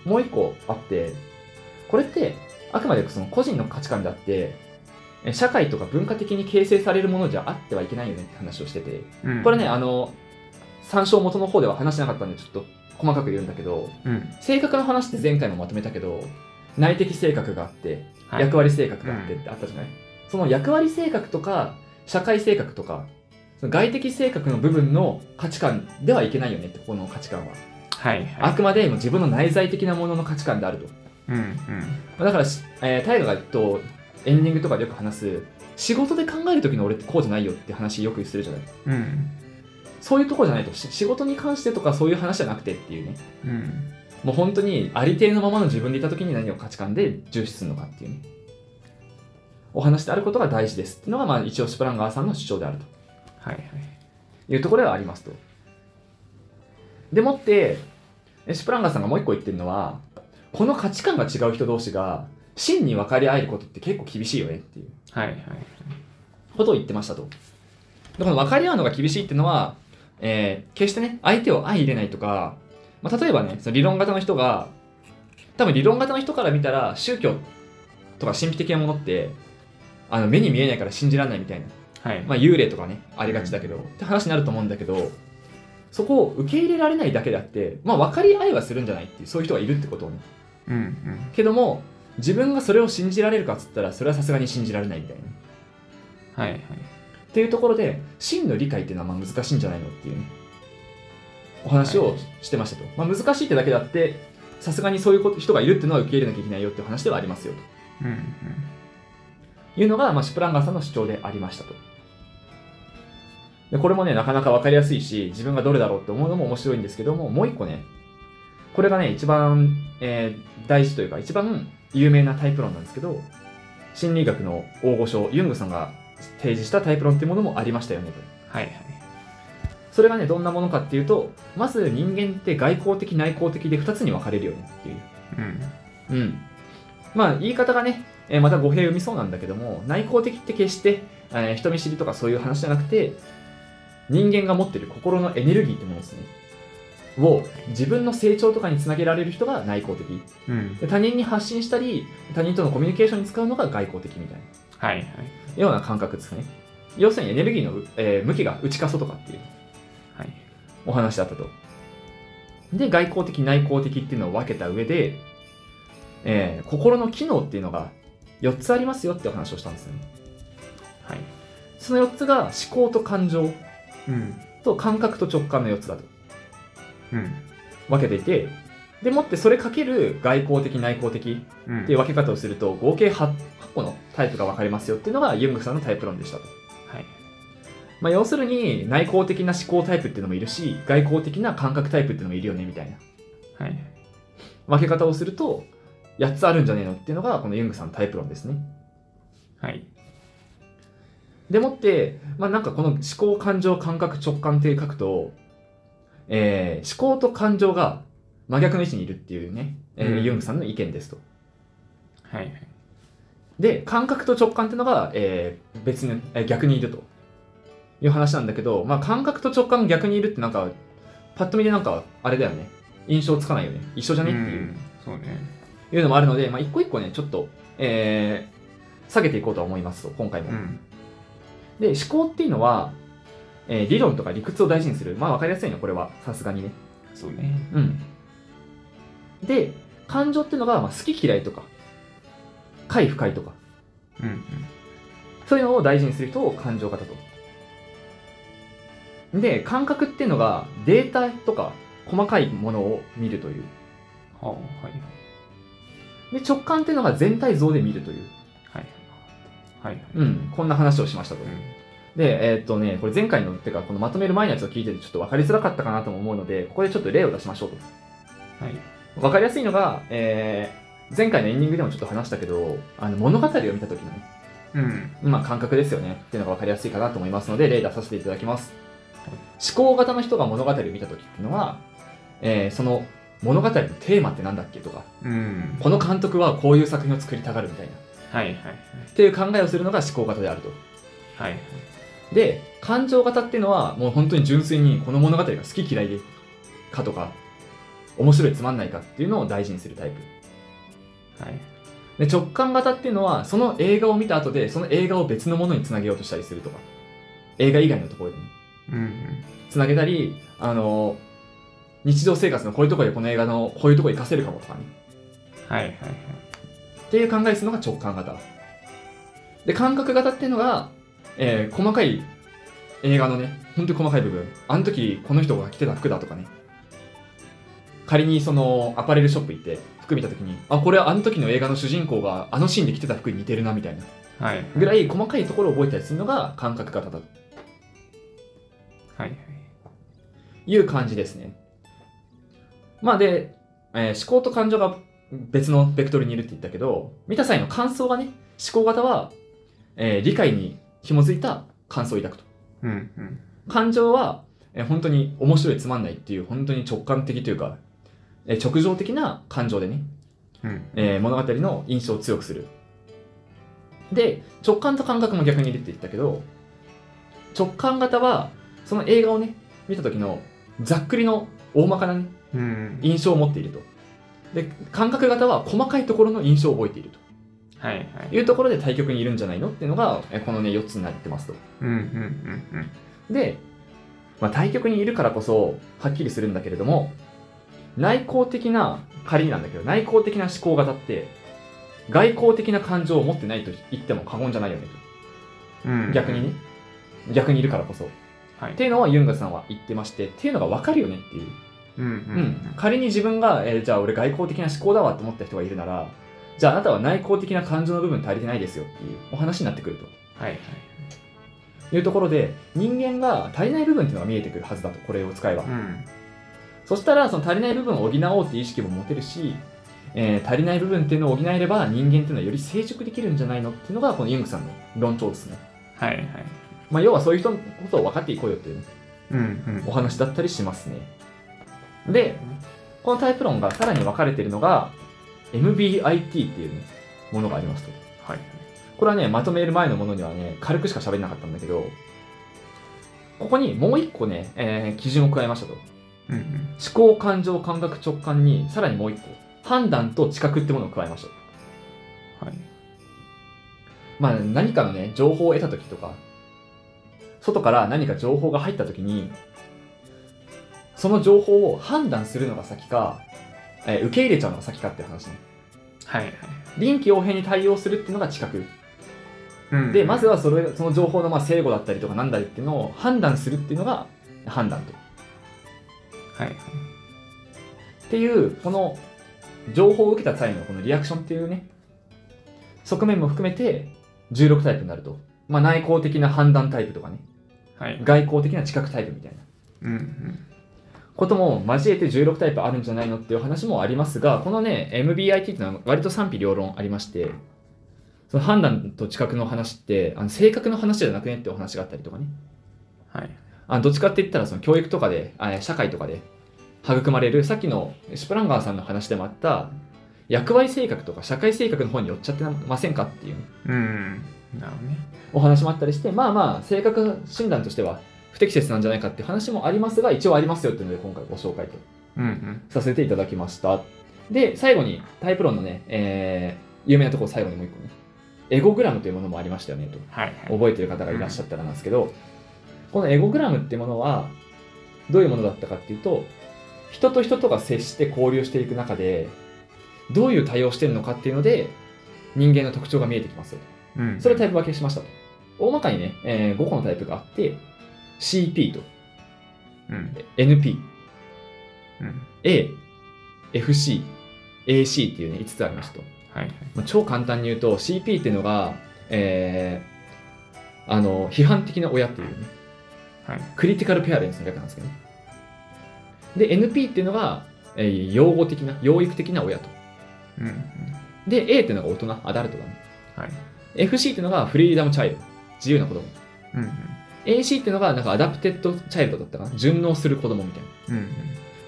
[SPEAKER 2] もう一個あってこれってあくまでその個人の価値観であってえー社会とか文化的に形成されるものじゃあってはいけないよねって話をしてて
[SPEAKER 1] うん
[SPEAKER 2] これねあの参照元の方では話しなかったんでちょっと細かく言うんだけど
[SPEAKER 1] うん
[SPEAKER 2] 性格の話って前回もまとめたけど内的性格があって
[SPEAKER 1] はい
[SPEAKER 2] 役割性格があってってあったじゃない、その役割性格とか社会性格とかその外的性格の部分の価値観ではいけないよねってこの価値観は、
[SPEAKER 1] はいは
[SPEAKER 2] あ
[SPEAKER 1] い
[SPEAKER 2] くまでも自分の内在的なものの価値観であると
[SPEAKER 1] うんうん
[SPEAKER 2] だからし、えー、大河がとエンディングとかでよく話す仕事で考える時の俺ってこうじゃないよって話よくするじゃない
[SPEAKER 1] うん
[SPEAKER 2] そういうとこじゃないとし仕事に関してとかそういう話じゃなくてっていうね
[SPEAKER 1] うん
[SPEAKER 2] もう本当にありていのままの自分でいた時に何を価値観で重視するのかっていうねお話であることが大事ですっていうのがまあ一応シュプランガーさんの主張であると
[SPEAKER 1] はいはい
[SPEAKER 2] いうところではありますとでもってえシュプランガーさんがもう一個言ってるのはこの価値観が違う人同士が真に分かり合えることって結構厳しいよねっていう
[SPEAKER 1] はいはい
[SPEAKER 2] ことを言ってましたとでこの分かり合うのが厳しいっていうのは、えー決してね相手を相入れないとか、まあ、例えばねその理論型の人が多分理論型の人から見たら宗教とか神秘的なものってあの目に見えないから信じられないみたいな、
[SPEAKER 1] はい
[SPEAKER 2] まあ、幽霊とかねありがちだけどって話になると思うんだけどそこを受け入れられないだけであって、まあ、分かり合いはするんじゃないっていうそういう人がいるってことをね
[SPEAKER 1] うんうん
[SPEAKER 2] けども自分がそれを信じられるかっつったらそれはさすがに信じられないみたいな
[SPEAKER 1] はいはい
[SPEAKER 2] っていうところで真の理解っていうのはまあ難しいんじゃないのっていうねお話をしてましたと、まあ、難しいってだけだってさすがにそういうこと人がいるっていうのは受け入れなきゃいけないよっていう話ではありますよ
[SPEAKER 1] うんうん
[SPEAKER 2] というのが、まあ、シュプランガーさんの主張でありましたとでこれもねなかなか分かりやすいし自分がどれだろうって思うのも面白いんですけどももう一個ねこれがね一番、えー大事というか一番有名なタイプ論なんですけど心理学の大御所ユングさんが提示したタイプ論っていうものもありましたよねと
[SPEAKER 1] はいはい
[SPEAKER 2] それがねどんなものかっていうとまず人間って外交的内向的で2つに分かれるよねっていう
[SPEAKER 1] うん
[SPEAKER 2] うんまあ言い方がね、えーまた語弊を生みそうなんだけども内向的って決して、えー人見知りとかそういう話じゃなくて人間が持ってる心のエネルギーってものですねを自分の成長とかにつなげられる人が内向的
[SPEAKER 1] うん
[SPEAKER 2] で他人に発信したり他人とのコミュニケーションに使うのが外向的みたいな
[SPEAKER 1] はいはい
[SPEAKER 2] ような感覚ですね要するにエネルギーの、えー向きが内か外かっていう
[SPEAKER 1] はい
[SPEAKER 2] お話だったと。で、外交的、内向的っていうのを分けた上で、えー心の機能っていうのが4つありますよってお話をしたんですよね。
[SPEAKER 1] はい
[SPEAKER 2] その4つが思考と感情
[SPEAKER 1] うん
[SPEAKER 2] と感覚と直感の4つだと
[SPEAKER 1] うん
[SPEAKER 2] 分けていて、でもってそれかける外交的、内向的
[SPEAKER 1] うん
[SPEAKER 2] っていう分け方をすると合計 8, 8個のタイプが分かれますよっていうのがユングさんのタイプ論でしたと。
[SPEAKER 1] はい
[SPEAKER 2] まあ、要するに内向的な思考タイプっていうのもいるし、外交的な感覚タイプっていうのもいるよねみたいな。
[SPEAKER 1] はい
[SPEAKER 2] 分け方をすると8つあるんじゃねえのっていうのがこのユングさんのタイプ論ですね。
[SPEAKER 1] はい
[SPEAKER 2] でもって、まあ、なんかこの思考感情感覚直感って書くと、えー思考と感情が真逆の位置にいるっていうね、えー
[SPEAKER 1] うん
[SPEAKER 2] ユングさんの意見ですと。
[SPEAKER 1] はいはい
[SPEAKER 2] で感覚と直感っていうのが、えー別に、えー逆にいるという話なんだけど、まあ、感覚と直感が逆にいるってなんかパッと見でなんかあれだよね印象つかないよね一緒じゃねっていう。
[SPEAKER 1] んそうね
[SPEAKER 2] いうのもあるので、まあ、一個一個ね、ちょっと、えー下げていこうとは思いますと、今回も。
[SPEAKER 1] うん
[SPEAKER 2] で、思考っていうのは、えー理論とか理屈を大事にする。まあ、わかりやすいの、これは。さすがにね。
[SPEAKER 1] そうね
[SPEAKER 2] うん。で、感情っていうのが、まあ、好き嫌いとか、快不快とか、
[SPEAKER 1] うんうん
[SPEAKER 2] そういうのを大事にする人を感情型と。で、感覚っていうのが、データとか、細かいものを見るという。
[SPEAKER 1] はあはい
[SPEAKER 2] で、直感っていうのが全体像で見るという。
[SPEAKER 1] はいはいはい
[SPEAKER 2] うん、こんな話をしましたと。
[SPEAKER 1] う
[SPEAKER 2] で、えーっとね、これ前回の、てか、このまとめる前のやつを聞いててちょっと分かりづらかったかなとも思うので、ここでちょっと例を出しましょうと。
[SPEAKER 1] んはい
[SPEAKER 2] 分かりやすいのが、え前回のエンディングでもちょっと話したけど、あの物語を見た時の、
[SPEAKER 1] うん。
[SPEAKER 2] まあ、感覚ですよねっていうのが分かりやすいかなと思いますので例出させていただきます思考型の人が物語を見た時っていうのは、えーその物語のテーマってなんだっけとか
[SPEAKER 1] うん。
[SPEAKER 2] この監督はこういう作品を作りたがるみたいな
[SPEAKER 1] はいはい
[SPEAKER 2] っていう考えをするのが思考型であると
[SPEAKER 1] はい。はい。
[SPEAKER 2] で感情型っていうのはもう本当に純粋にこの物語が好き嫌いでかとか面白いつまんないかっていうのを大事にするタイプ
[SPEAKER 1] はい。
[SPEAKER 2] で直感型っていうのはその映画を見た後でその映画を別のものにつなげようとしたりするとか映画以外のところでも
[SPEAKER 1] うん。
[SPEAKER 2] つなげたりあの日常生活のこういうところでこの映画のこういうところ活かせるかもとかね
[SPEAKER 1] はいはい
[SPEAKER 2] っていう考えするのが直感型で感覚型っていうのが、えー細かい映画のね本当に細かい部分あの時この人が着てた服だとかね仮にそのアパレルショップ行って服見た時にあこれはあの時の映画の主人公があのシーンで着てた服に似てるなみたいな
[SPEAKER 1] はい。はい。
[SPEAKER 2] ぐらい細かいところを覚えたりするのが感覚型だと
[SPEAKER 1] はいはい。
[SPEAKER 2] いう感じですね。まあで、えー思考と感情が別のベクトルにいるって言ったけど、見た際の感想がね、思考型は、えー理解に紐づいた感想を抱くと。
[SPEAKER 1] うんうん。
[SPEAKER 2] 感情は、えー本当に面白いつまんないっていう、本当に直感的というか、えー直情的な感情でね、
[SPEAKER 1] うん。
[SPEAKER 2] えー物語の印象を強くする。で、直感と感覚も逆にいるって言ったけど、直感型は、その映画をね、見た時のざっくりの大まかなね、
[SPEAKER 1] うん。
[SPEAKER 2] 印象を持っていると。で、感覚型は細かいところの印象を覚えていると
[SPEAKER 1] はいはい。
[SPEAKER 2] いうところで対局にいるんじゃないのっていうのが、えこのね、4つになってますと。
[SPEAKER 1] うんうんうん
[SPEAKER 2] で、まあ、対局にいるからこそ、はっきりするんだけれども、内向的な、仮になんだけど、内向的な思考型って、外向的な感情を持ってないと言っても過言じゃないよね
[SPEAKER 1] うん。う
[SPEAKER 2] と。
[SPEAKER 1] ん。
[SPEAKER 2] 逆にね。逆にいるからこそ。っ
[SPEAKER 1] はい。
[SPEAKER 2] ていうのはユンガさんは言ってまして、っていうのがわかるよねっていう。
[SPEAKER 1] うんう
[SPEAKER 2] うんん、仮に自分が、えーじゃあ俺外交的な思考だわって思った人がいるならじゃああなたは内向的な感情の部分足りてないですよっていうお話になってくる
[SPEAKER 1] はいはい。
[SPEAKER 2] というところで人間が足りない部分っていうのが見えてくるはずだとこれを使えば、
[SPEAKER 1] うん。
[SPEAKER 2] そしたらその足りない部分を補おうっていう意識も持てるし、えー足りない部分っていうのを補えれば人間っていうのはより成熟できるんじゃないのっていうのがこのユングさんの論調ですね、
[SPEAKER 1] はいはい。
[SPEAKER 2] まあ、要はそういう人のことを分かっていこうよっていう
[SPEAKER 1] うんうん
[SPEAKER 2] お。話だったりしますねでこのタイプ論がさらに分かれているのが MBIT っていうねものがありますと
[SPEAKER 1] はい。
[SPEAKER 2] これはねまとめる前のものにはね軽くしか喋れなかったんだけどここにもう一個ね、えー基準を加えましたと
[SPEAKER 1] うんうん。
[SPEAKER 2] 思考感情感覚直感にさらにもう一個判断と知覚ってものを加えました
[SPEAKER 1] はい。
[SPEAKER 2] まあ何かのね情報を得た時とか外から何か情報が入った時にその情報を判断するのが先か、えー受け入れちゃうのが先かっていう話ね
[SPEAKER 1] はいはい。
[SPEAKER 2] 臨機応変に対応するっていうのが知覚
[SPEAKER 1] うん
[SPEAKER 2] でまずはそれその情報のまあ正誤だったりとかなんだりっていうのを判断するっていうのが判断と
[SPEAKER 1] はい。
[SPEAKER 2] っていうこの情報を受けた際のこのリアクションっていうね側面も含めて16タイプになると、まあ、内向的な判断タイプとかね
[SPEAKER 1] はい。
[SPEAKER 2] 外向的な知覚タイプみたいな
[SPEAKER 1] うんうん。
[SPEAKER 2] ことも交えて16タイプあるんじゃないのっていう話もありますがこのね MBIT っていうのは割と賛否両論ありましてその判断と知覚の話ってあの性格の話じゃなくねってお話があったりとかね
[SPEAKER 1] はい。
[SPEAKER 2] あどっちかって言ったらその教育とかであ社会とかで育まれるさっきのシュプランガーさんの話でもあった役割性格とか社会性格の方に寄っちゃってませんかっていう
[SPEAKER 1] うん。なるほどね。
[SPEAKER 2] お話もあったりしてまあまあ性格診断としては不適切なんじゃないかって話もありますが一応ありますよっていうので今回ご紹介と
[SPEAKER 1] うんうん。
[SPEAKER 2] させていただきましたで最後にタイプ論のね、えー有名なところ最後にもう一個ねエゴグラムというものもありましたよねと
[SPEAKER 1] はいはい。
[SPEAKER 2] 覚えてる方がいらっしゃったらなんですけど、このエゴグラムっていうものはどういうものだったかっていうと人と人とが接して交流していく中でどういう対応してるのかっていうので人間の特徴が見えてきますよ
[SPEAKER 1] うん。
[SPEAKER 2] それをタイプ分けしましたと大まかにね、え5個のタイプがあって CP と
[SPEAKER 1] うん。うん。
[SPEAKER 2] NPAFCAC っていうね5つありましたと
[SPEAKER 1] はいはい。
[SPEAKER 2] まあ超簡単に言うと CP っていうのが、えーあの批判的な親っていうね
[SPEAKER 1] はい。
[SPEAKER 2] クリティカルペアレンツの略なんですけどね。で、NP っていうのが、えー、擁護的な、養育的な親と。
[SPEAKER 1] うんうん。
[SPEAKER 2] で、A っていうのが大人、アダルトだね。
[SPEAKER 1] はい。
[SPEAKER 2] FC っていうのがフリーダムチャイルド、自由な子供。
[SPEAKER 1] うん
[SPEAKER 2] AC っていうのがなんかアダプテッドチャイルドだったかな。順応する子供みたいな。
[SPEAKER 1] うん。うん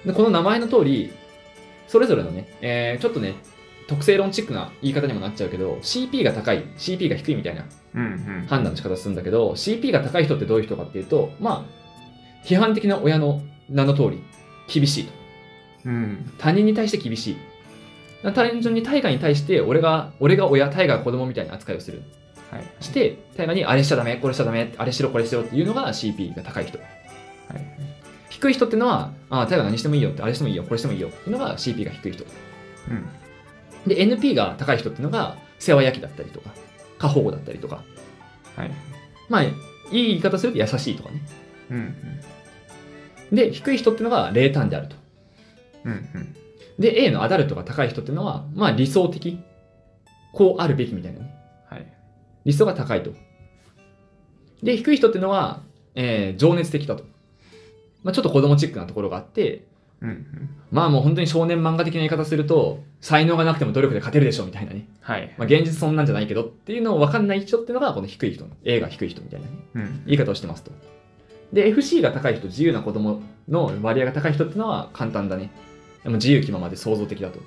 [SPEAKER 2] で、この名前の通り、それぞれのね、えーちょっとね、特性論チックな言い方にもなっちゃうけど、CP が高い、CP が低いみたいな
[SPEAKER 1] うん。うん
[SPEAKER 2] 判断の仕方するんだけど、CP が高い人ってどういう人かっていうと、まあ、批判的な親の名の通り、厳しいと。
[SPEAKER 1] うん。うん。
[SPEAKER 2] 他人に対して厳しい。だから単純に大河に対して、俺が、俺が親、大河が子供みたいな扱いをする。
[SPEAKER 1] はい。
[SPEAKER 2] して、大河にあれしちゃダメ、これしちゃダメ、あれしろ、これしろっていうのが CP が高い人。
[SPEAKER 1] はい。
[SPEAKER 2] 低い人ってのは、ああ、大河何してもいいよって、あれしてもいいよ、これしてもいいよっていうのが CP が低い人。
[SPEAKER 1] うん。
[SPEAKER 2] で、NP が高い人っていうのが、世話焼きだったりとか、過保護だったりとか、
[SPEAKER 1] はい。
[SPEAKER 2] まあ、いい言い方すると優しいとかね。
[SPEAKER 1] うん。
[SPEAKER 2] で、低い人っていうのが冷淡であると。
[SPEAKER 1] うん。うん。
[SPEAKER 2] で、A のアダルトが高い人っていうのは、まあ理想的。こうあるべきみたいなね。
[SPEAKER 1] はい。
[SPEAKER 2] 理想が高いと。で、低い人っていうのは、えー情熱的だと。まあちょっと子供チックなところがあって、
[SPEAKER 1] うん。
[SPEAKER 2] まあもう本当に少年漫画的な言い方すると、才能がなくても努力で勝てるでしょみたいなね。
[SPEAKER 1] はい。
[SPEAKER 2] まあ現実そんなんじゃないけどっていうのを分かんない人っていうのが、この低い人の、A が低い人みたいなね。
[SPEAKER 1] うん。
[SPEAKER 2] 言い方をしてますと。で、FC が高い人、自由な子供の割合が高い人っていうのは簡単だね。でも自由気ままで創造的だと。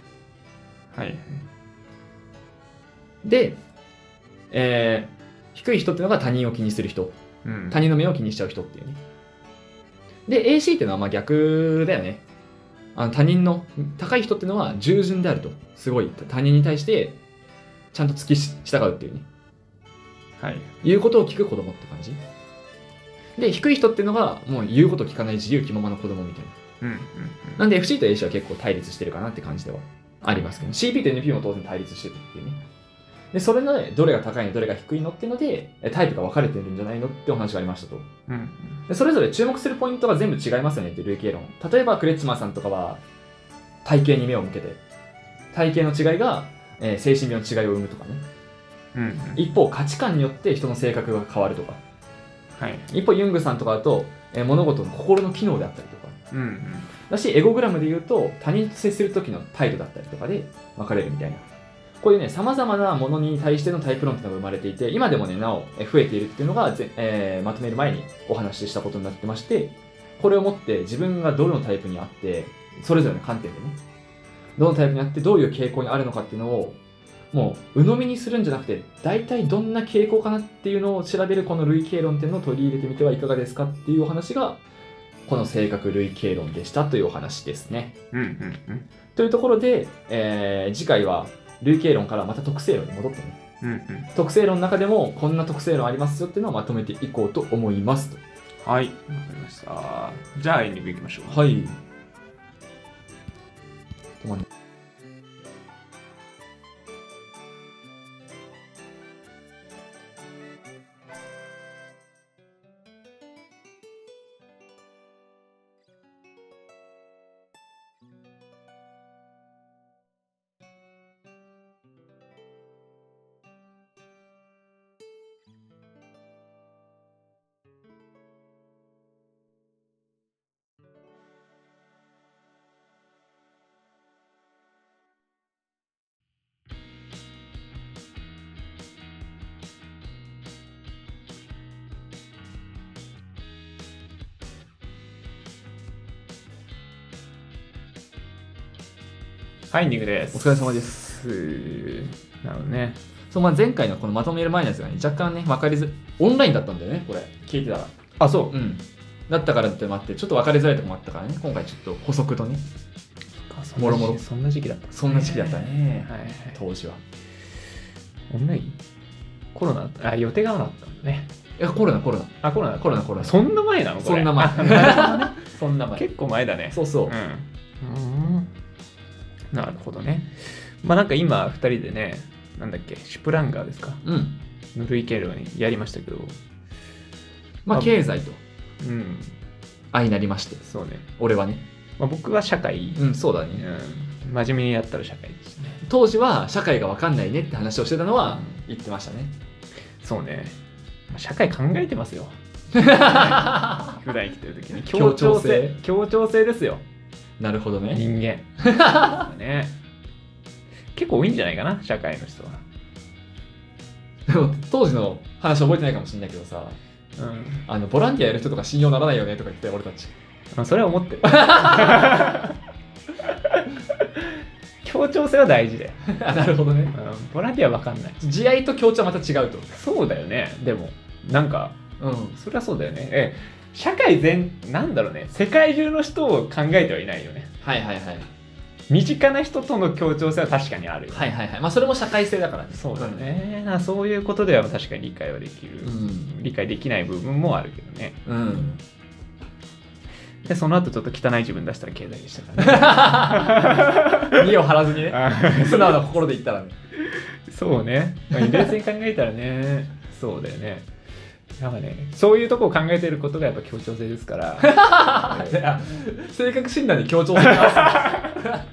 [SPEAKER 1] はい。
[SPEAKER 2] で、えー低い人っていうのが他人を気にする人、
[SPEAKER 1] うん。
[SPEAKER 2] 他人の目を気にしちゃう人っていうね。で、AC っていうのはまあ逆だよね。あの他人の、高い人っていうのは従順であると。すごい。他人に対して、ちゃんと突き従うっていうね。
[SPEAKER 1] はい。
[SPEAKER 2] 言うことを聞く子供って感じ。で、低い人っていうのが、もう言うことを聞かない自由気ままの子供みたいな。
[SPEAKER 1] うん。うん。
[SPEAKER 2] なんで FC と AC は結構対立してるかなって感じではありますけど、CP と NP も当然対立してるっていうね。で、それのねどれが高いの、どれが低いのっていうので、えタイプが分かれてるんじゃないのってお話がありましたと。
[SPEAKER 1] うん。うん。
[SPEAKER 2] で、それぞれ注目するポイントが全部違いますよねっていう類型論。例えば、クレッチマーさんとかは、体型に目を向けて、体型の違いが、えー精神病の違いを生むとかね。
[SPEAKER 1] うん。うん。
[SPEAKER 2] 一方、価値観によって人の性格が変わるとか。
[SPEAKER 1] はい。
[SPEAKER 2] 一方、ユングさんとかだと、えー物事の心の機能であったりとか。
[SPEAKER 1] うん。うん。
[SPEAKER 2] だし、エゴグラムで言うと、他人と接する時の態度だったりとかで分かれるみたいな。こういうね、様々なものに対してのタイプ論っていうのが生まれていて、今でもね、なおえ増えているっていうのがぜ、えーまとめる前にお話ししたことになってまして、これをもって自分がどのタイプにあって、それぞれの観点でね、どのタイプにあってどういう傾向にあるのかっていうのを、もう鵜呑みにするんじゃなくて、大体どんな傾向かなっていうのを調べるこの類型論っていうのを取り入れてみてはいかがですかっていうお話がこの性格類型論でしたというお話ですね。
[SPEAKER 1] うん。うん。
[SPEAKER 2] というところで、えー次回は類型論からまた特性論に戻ってね、
[SPEAKER 1] うん。
[SPEAKER 2] 特性論の中でもこんな特性論ありますよっていうのをまとめていこうと思いますと。
[SPEAKER 1] はい。わかりました。じゃあ、エンディングいきましょう。
[SPEAKER 2] はい。
[SPEAKER 1] はい、エンディングです。。
[SPEAKER 2] お疲れ様です
[SPEAKER 1] なるほどね。
[SPEAKER 2] そうまあ、前回のこのまとめる前のやつがね、若干ね、分かりづオンラインだったんだよね、これ。聞いてたら。
[SPEAKER 1] あ、そう
[SPEAKER 2] う。ん。だったからって待って、ちょっと分かりづらいとこもあったからね、今回ちょっと補足とね、
[SPEAKER 1] そんな時期
[SPEAKER 2] もろもろ
[SPEAKER 1] そんな時期だった。
[SPEAKER 2] そんな時期だったね
[SPEAKER 1] はいはいはい。
[SPEAKER 2] 当時は。
[SPEAKER 1] オンラインコロナあ、予定が合わなかったのね。
[SPEAKER 2] いや、コロナ、コロナ。
[SPEAKER 1] あ、コロナ
[SPEAKER 2] コロナ、コロナ。
[SPEAKER 1] そんな前なのこれ
[SPEAKER 2] そんな前
[SPEAKER 1] あなるほどね
[SPEAKER 2] そんな前。
[SPEAKER 1] 結構前だね。
[SPEAKER 2] そうそう。
[SPEAKER 1] うん。うんなるほどね。まあなんか今、2人でね、なんだっけ、シュプランガーですか。
[SPEAKER 2] うん。
[SPEAKER 1] の類型論やりましたけど、
[SPEAKER 2] まあ、
[SPEAKER 1] あ
[SPEAKER 2] 経済と
[SPEAKER 1] うん、
[SPEAKER 2] 相なりまして、
[SPEAKER 1] そうね。
[SPEAKER 2] 俺はね。
[SPEAKER 1] まあ、僕は社会、う
[SPEAKER 2] うん、そうだ
[SPEAKER 1] ん
[SPEAKER 2] ね。
[SPEAKER 1] 真面目にやったら社会でしたね。
[SPEAKER 2] 当時は社会が分かんないねって話をしてたのは言ってましたね。
[SPEAKER 1] そうね。まあ社会考えてます よ。普段生きてる時 に
[SPEAKER 2] 協調性
[SPEAKER 1] 協調性ですよ
[SPEAKER 2] なるほどね。
[SPEAKER 1] 人間ね結構多いんじゃないかな、社会の人は。
[SPEAKER 2] でも当時の話覚えてないかもしれないけどさ
[SPEAKER 1] うん。
[SPEAKER 2] あのボランティアやる人とか信用ならないよねとか言ってたよ俺たち
[SPEAKER 1] まあ、それは思 ってる。協調性は大事だよ。
[SPEAKER 2] あ なるほどね
[SPEAKER 1] うん、ボランティアわかんない。
[SPEAKER 2] 慈愛と協調はまた違うと
[SPEAKER 1] そうだよね、でも、なんか、
[SPEAKER 2] うん
[SPEAKER 1] そりゃそうだよね。ええ社会全、なんだろうね、世界中の人を考えてはいないよね。
[SPEAKER 2] はいはいはい
[SPEAKER 1] 身近な人との協調性は確かにあるよね。
[SPEAKER 2] はいはいはいまあそれも社会性だからね
[SPEAKER 1] そうだね、なそういうことでは確かに理解はできる、
[SPEAKER 2] うん
[SPEAKER 1] 理解できない部分もあるけどね
[SPEAKER 2] うん
[SPEAKER 1] でその後ちょっと汚い自分出したら経済でしたから ね
[SPEAKER 2] 身を張らずにね
[SPEAKER 1] あー
[SPEAKER 2] 素直な心で言った らね
[SPEAKER 1] そうねまあ冷静に考えたらねそうだよねやっぱねそういうとこを考えてることがやっぱ協調性ですから
[SPEAKER 2] いや 性格診断に強調してま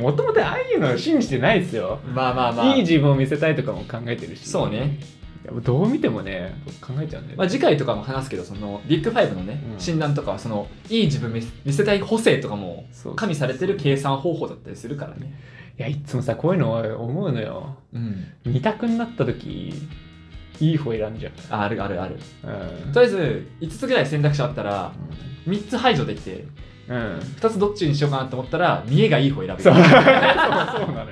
[SPEAKER 1] もともとああいうのを信じてないですよ
[SPEAKER 2] すまあまあまあ
[SPEAKER 1] いい自分を見せたいとかも考えてるし
[SPEAKER 2] そうね
[SPEAKER 1] いやどう見てもね考えちゃうんだよね、
[SPEAKER 2] まあ、次回とかも話すけどそのビッグファイブのね、
[SPEAKER 1] うん
[SPEAKER 2] 診断とかはそのいい自分見せ見せたい個性とかも
[SPEAKER 1] そう
[SPEAKER 2] 加味されてる計算方法だったりするからね、
[SPEAKER 1] いやいつもさこういうの思うのよ
[SPEAKER 2] うん、
[SPEAKER 1] 二択になった時いい方選んじゃう
[SPEAKER 2] ああるあるある
[SPEAKER 1] うん
[SPEAKER 2] とりあえず5つぐらい選択肢あったら3つ排除できて
[SPEAKER 1] うん、
[SPEAKER 2] 2つどっちにしようかなと思ったら見栄がいい方選べ
[SPEAKER 1] そうそうそうな
[SPEAKER 2] る
[SPEAKER 1] のよ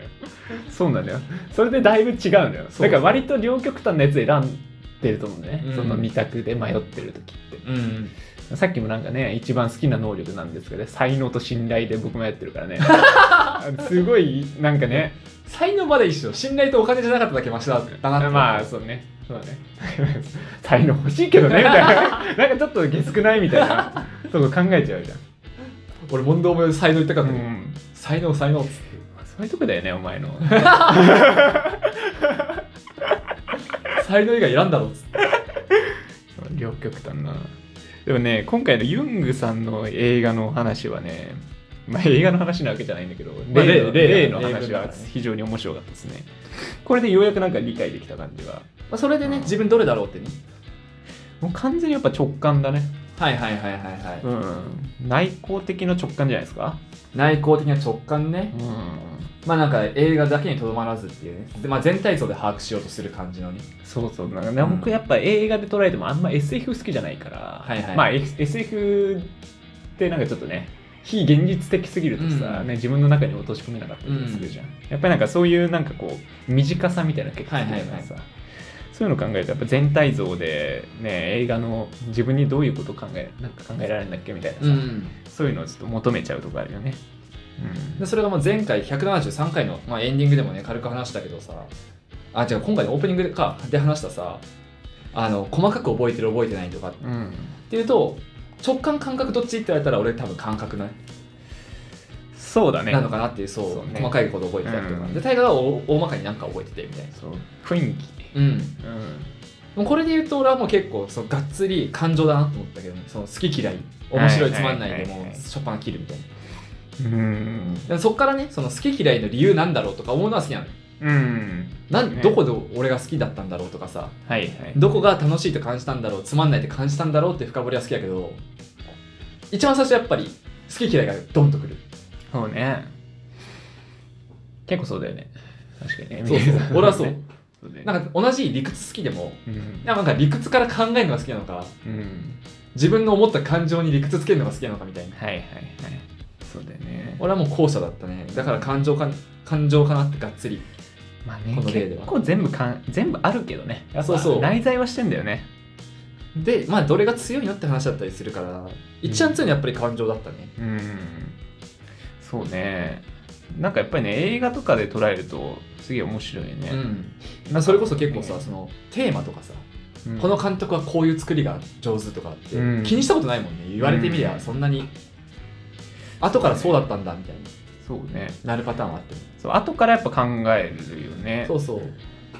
[SPEAKER 1] そうなのよそれでだいぶ違うのよ
[SPEAKER 2] そうそう
[SPEAKER 1] だから割と両極端なやつ選んでると思うね、
[SPEAKER 2] うん
[SPEAKER 1] その二択で迷ってる時っ
[SPEAKER 2] うん
[SPEAKER 1] てさっきもなんかね一番好きな能力なんですけど、ね、才能と信頼で僕もやってる からねすごいなんかね
[SPEAKER 2] 才能まで一緒信頼とお金じゃなかっただけマシだったなって
[SPEAKER 1] まあそうねそうね 才能欲しいけどねみたい ななんかちょっとゲスくないみたいなとこ考えちゃうじゃん
[SPEAKER 2] 俺問答も才能言ったか
[SPEAKER 1] う
[SPEAKER 2] ら、
[SPEAKER 1] ん、
[SPEAKER 2] 才能才能っつって
[SPEAKER 1] そういうとこだよねお前の
[SPEAKER 2] 才能以外選んだろっつって
[SPEAKER 1] 両極端なでもね今回のユングさんの映画のお話はねまあ映画の話なわけじゃないんだけど、
[SPEAKER 2] まあ
[SPEAKER 1] 例の
[SPEAKER 2] 例
[SPEAKER 1] 例の
[SPEAKER 2] 例の
[SPEAKER 1] 話
[SPEAKER 2] 映画だ
[SPEAKER 1] は
[SPEAKER 2] からね
[SPEAKER 1] 非常に面白かったですねこれでようやくなんか理解できた感じは
[SPEAKER 2] まあそれでね、
[SPEAKER 1] うん
[SPEAKER 2] 自分どれだろうってね
[SPEAKER 1] もう完全にやっぱ直感だね
[SPEAKER 2] はいはいはいはいはい、
[SPEAKER 1] うん内向的な直感じゃないですか
[SPEAKER 2] 内向的な直感ね
[SPEAKER 1] うん
[SPEAKER 2] まあなんか映画だけにとどまらずっていうね、でまあ、全体像で把握しようとする感じのね
[SPEAKER 1] そうそうなんかね僕やっぱ映画で捉えてもあんま SF 好きじゃないから、
[SPEAKER 2] はいはい
[SPEAKER 1] まあ S- SF ってなんかちょっとね非現実的すぎるとさ、
[SPEAKER 2] うん
[SPEAKER 1] ね、自分の中に落とし込めなかったりするじゃん、やっぱりなんかそういうなんかこう短さみたいなの結構好きじゃない
[SPEAKER 2] はいはいはい
[SPEAKER 1] さそういうの考えるとやっぱ全体像で、ね、映画の自分にどういうこと考えなんか考えられるんだっけみたいなさ、そういうのをちょっと求めちゃうとこあるよね、
[SPEAKER 2] でそれがまあ前回173回の、まあ、エンディングでもね軽く話したけどさあ違う今回のオープニングでかで話したさあの細かく覚えてる覚えてないとかっ
[SPEAKER 1] うん、うん、
[SPEAKER 2] ていうと直感感覚どっちって言われたら俺多分感覚ない、
[SPEAKER 1] そうだね
[SPEAKER 2] なのかなっていうそう
[SPEAKER 1] そうね
[SPEAKER 2] 細かいこと覚えてたりとか、
[SPEAKER 1] うん
[SPEAKER 2] で大河が大大まかになんか覚えててみたいな
[SPEAKER 1] そう雰囲気
[SPEAKER 2] うん
[SPEAKER 1] うん
[SPEAKER 2] もうこれで言うと俺はもう結構そのがっつり感情だなと思ったけどねその好き嫌い面白いつまんないで
[SPEAKER 1] はいはいはい
[SPEAKER 2] も
[SPEAKER 1] は
[SPEAKER 2] う
[SPEAKER 1] い
[SPEAKER 2] 初っ端切るみたいな
[SPEAKER 1] うん
[SPEAKER 2] でそっからねその好き嫌いの理由なんだろうとか思うのは好きなの
[SPEAKER 1] うん
[SPEAKER 2] なん、
[SPEAKER 1] ね
[SPEAKER 2] どこで俺が好きだったんだろうとかさ
[SPEAKER 1] はいはい
[SPEAKER 2] どこが楽しいと感じたんだろうつまんないって感じたんだろうって深掘りは好きだけど一番最初やっぱり好き嫌いがドンとくる
[SPEAKER 1] そうね結構そうだよね確かにね
[SPEAKER 2] そうそ う俺 はそう
[SPEAKER 1] そうだよね
[SPEAKER 2] なんか同じ理屈好きでも
[SPEAKER 1] うん
[SPEAKER 2] なんか理屈から考えるのが好きなのか
[SPEAKER 1] うん
[SPEAKER 2] 自分の思った感情に理屈つけるのが好きなのかみたいな
[SPEAKER 1] はいはいはいそうだよね
[SPEAKER 2] 俺はもう後者だったねだから感情か感情かなってがっつり
[SPEAKER 1] まあね
[SPEAKER 2] この例では
[SPEAKER 1] 結構全部かん全部あるけどねやっぱ
[SPEAKER 2] そうそう
[SPEAKER 1] 内在はしてんだよね
[SPEAKER 2] でまあどれが強いのって話だったりするから一番強いのはやっぱり感情だったね
[SPEAKER 1] うんそうねなんかやっぱりね映画とかで捉えるとすげえ面白いね
[SPEAKER 2] う、ん、まあ、それこそ結構さそのテーマとかさ、
[SPEAKER 1] うん
[SPEAKER 2] この監督はこういう作りが上手とかって
[SPEAKER 1] うん
[SPEAKER 2] 気にしたことないもんね言われてみり
[SPEAKER 1] う
[SPEAKER 2] ゃ
[SPEAKER 1] ん
[SPEAKER 2] そんなに後からそうだったんだみたいに
[SPEAKER 1] そうね
[SPEAKER 2] なるパターンはあっても
[SPEAKER 1] そう後からやっぱ考えるよね
[SPEAKER 2] そうそう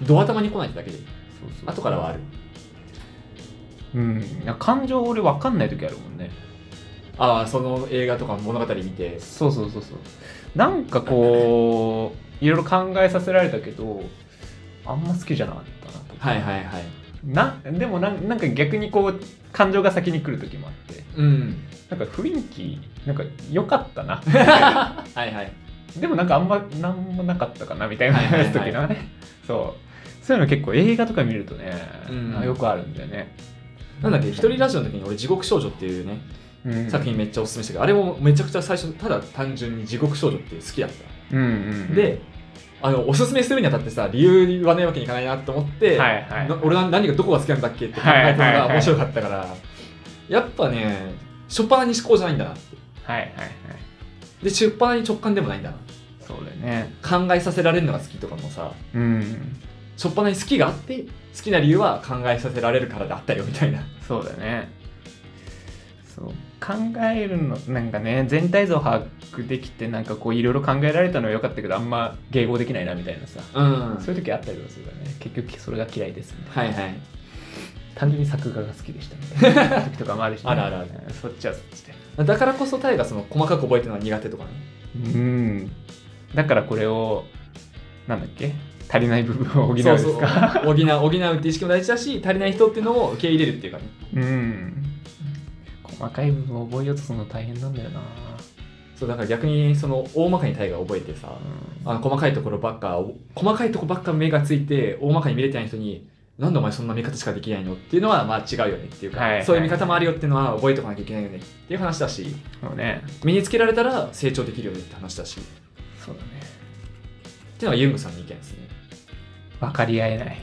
[SPEAKER 2] ド頭に来ないってだけで
[SPEAKER 1] そうそう
[SPEAKER 2] 後からはある
[SPEAKER 1] うんいや感情俺分かんない時あるもんね
[SPEAKER 2] ああその映画とか物語見て
[SPEAKER 1] そうそうそうそうなんかこういろいろ考えさせられたけどあんま好きじゃなかったなとか
[SPEAKER 2] はいはいはい
[SPEAKER 1] なでもなんなんか逆にこう感情が先に来る時もあって
[SPEAKER 2] うん
[SPEAKER 1] なんか雰囲気なんか良かったな
[SPEAKER 2] はいはい
[SPEAKER 1] でもなんかあんまなんもなかったかなみたいな
[SPEAKER 2] はいはいはい
[SPEAKER 1] 時のねそうそういうの結構映画とか見るとね、
[SPEAKER 2] うん
[SPEAKER 1] あよくあるんだよね、
[SPEAKER 2] なんだっけ、一人ラジオの時に俺、地獄少女っていうね、
[SPEAKER 1] うん、
[SPEAKER 2] 作品めっちゃおすすめしたけど、あれもめちゃくちゃ最初、ただ単純に地獄少女って好きだった。
[SPEAKER 1] うんうんうん
[SPEAKER 2] で、あの、おすすめするにあたってさ、理由言わないわけにいかないなと思って、
[SPEAKER 1] はいはい
[SPEAKER 2] な俺は何がどこが好きなんだっけって考えた
[SPEAKER 1] はい
[SPEAKER 2] の
[SPEAKER 1] はい
[SPEAKER 2] が
[SPEAKER 1] はい
[SPEAKER 2] 面白かったから、やっぱね、初っ端に思考じゃないんだなって。
[SPEAKER 1] はいはいはい
[SPEAKER 2] で、出端に直感でもないんだな。
[SPEAKER 1] そうだよね
[SPEAKER 2] 考えさせられるのが好きとかもさ、
[SPEAKER 1] うん
[SPEAKER 2] 初っ端に好きがあって、好きな理由は考えさせられるからだったよみたいな。
[SPEAKER 1] そうだねそう考えるのなんかね全体像把握できてなんかこういろいろ考えられたのは良かったけどあんま迎合できないなみたいなさ、
[SPEAKER 2] うん
[SPEAKER 1] そういう時あったりもするからね結局それが嫌いですみたいな
[SPEAKER 2] はいはい。
[SPEAKER 1] 単純に作画が好きでしたみたいな時とかもあるし、
[SPEAKER 2] あるあるある
[SPEAKER 1] うんそっちはそっちで
[SPEAKER 2] だからこそタイがその細かく覚えてるのは苦手とかね。
[SPEAKER 1] うんだからこれをなんだっけ足りない部分を補うんですか
[SPEAKER 2] そうそう補う補うって意識も大事だし、足りない人っていうのを受け入れるっていうかね。
[SPEAKER 1] うん細かい部分を覚えようとするの大変なんだよな、
[SPEAKER 2] そうだから逆にその大まかにタイが覚えてさ、
[SPEAKER 1] うん
[SPEAKER 2] あの細かいところばっかお細かいところばっか目がついて大まかに見れてない人になんでお前そんな見方しかできないのっていうのはまあ違うよねっていうか、
[SPEAKER 1] はいはい
[SPEAKER 2] そういう見方もあるよっていうのは覚えておかなきゃいけないよねっていう話だし
[SPEAKER 1] そうね
[SPEAKER 2] 身につけられたら成長できるよねって話だしってい
[SPEAKER 1] そうだね
[SPEAKER 2] うのがユングさんの意見ですね
[SPEAKER 1] 分かり合え ない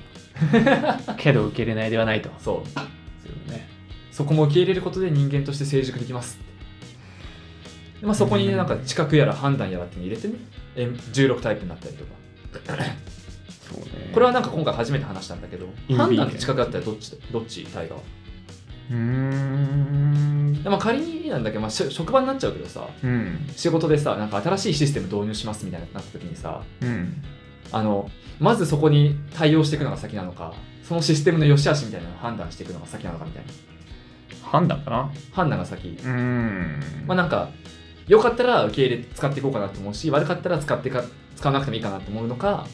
[SPEAKER 1] けど受け入れないではないと
[SPEAKER 2] そう
[SPEAKER 1] そうね
[SPEAKER 2] そこも受け入れることで人間として成熟できますってで、まあ、そこにね
[SPEAKER 1] うん
[SPEAKER 2] なんか知覚やら判断やらっていうの入れてねえ16タイプになったりとか
[SPEAKER 1] そうね
[SPEAKER 2] これはなんか今回初めて話したんだけど
[SPEAKER 1] いい
[SPEAKER 2] 判断
[SPEAKER 1] いい
[SPEAKER 2] と
[SPEAKER 1] ね
[SPEAKER 2] 知覚だったらどっちどっちタイガは
[SPEAKER 1] うーん
[SPEAKER 2] でまあ、仮になんだけど、まあ、し職場になっちゃうけどさ
[SPEAKER 1] うん
[SPEAKER 2] 仕事でさなんか新しいシステム導入しますみたいになった時にさ
[SPEAKER 1] うん
[SPEAKER 2] あのまずそこに対応していくのが先なのかそのシステムの良し悪しみたいなのを判断していくのが先なのかみたいな
[SPEAKER 1] 判断かな
[SPEAKER 2] 判断が先
[SPEAKER 1] うーん
[SPEAKER 2] まあなんか良かったら受け入れて使っていこうかなと思うし悪かったら使ってか使わなくてもいいかなと思うのか、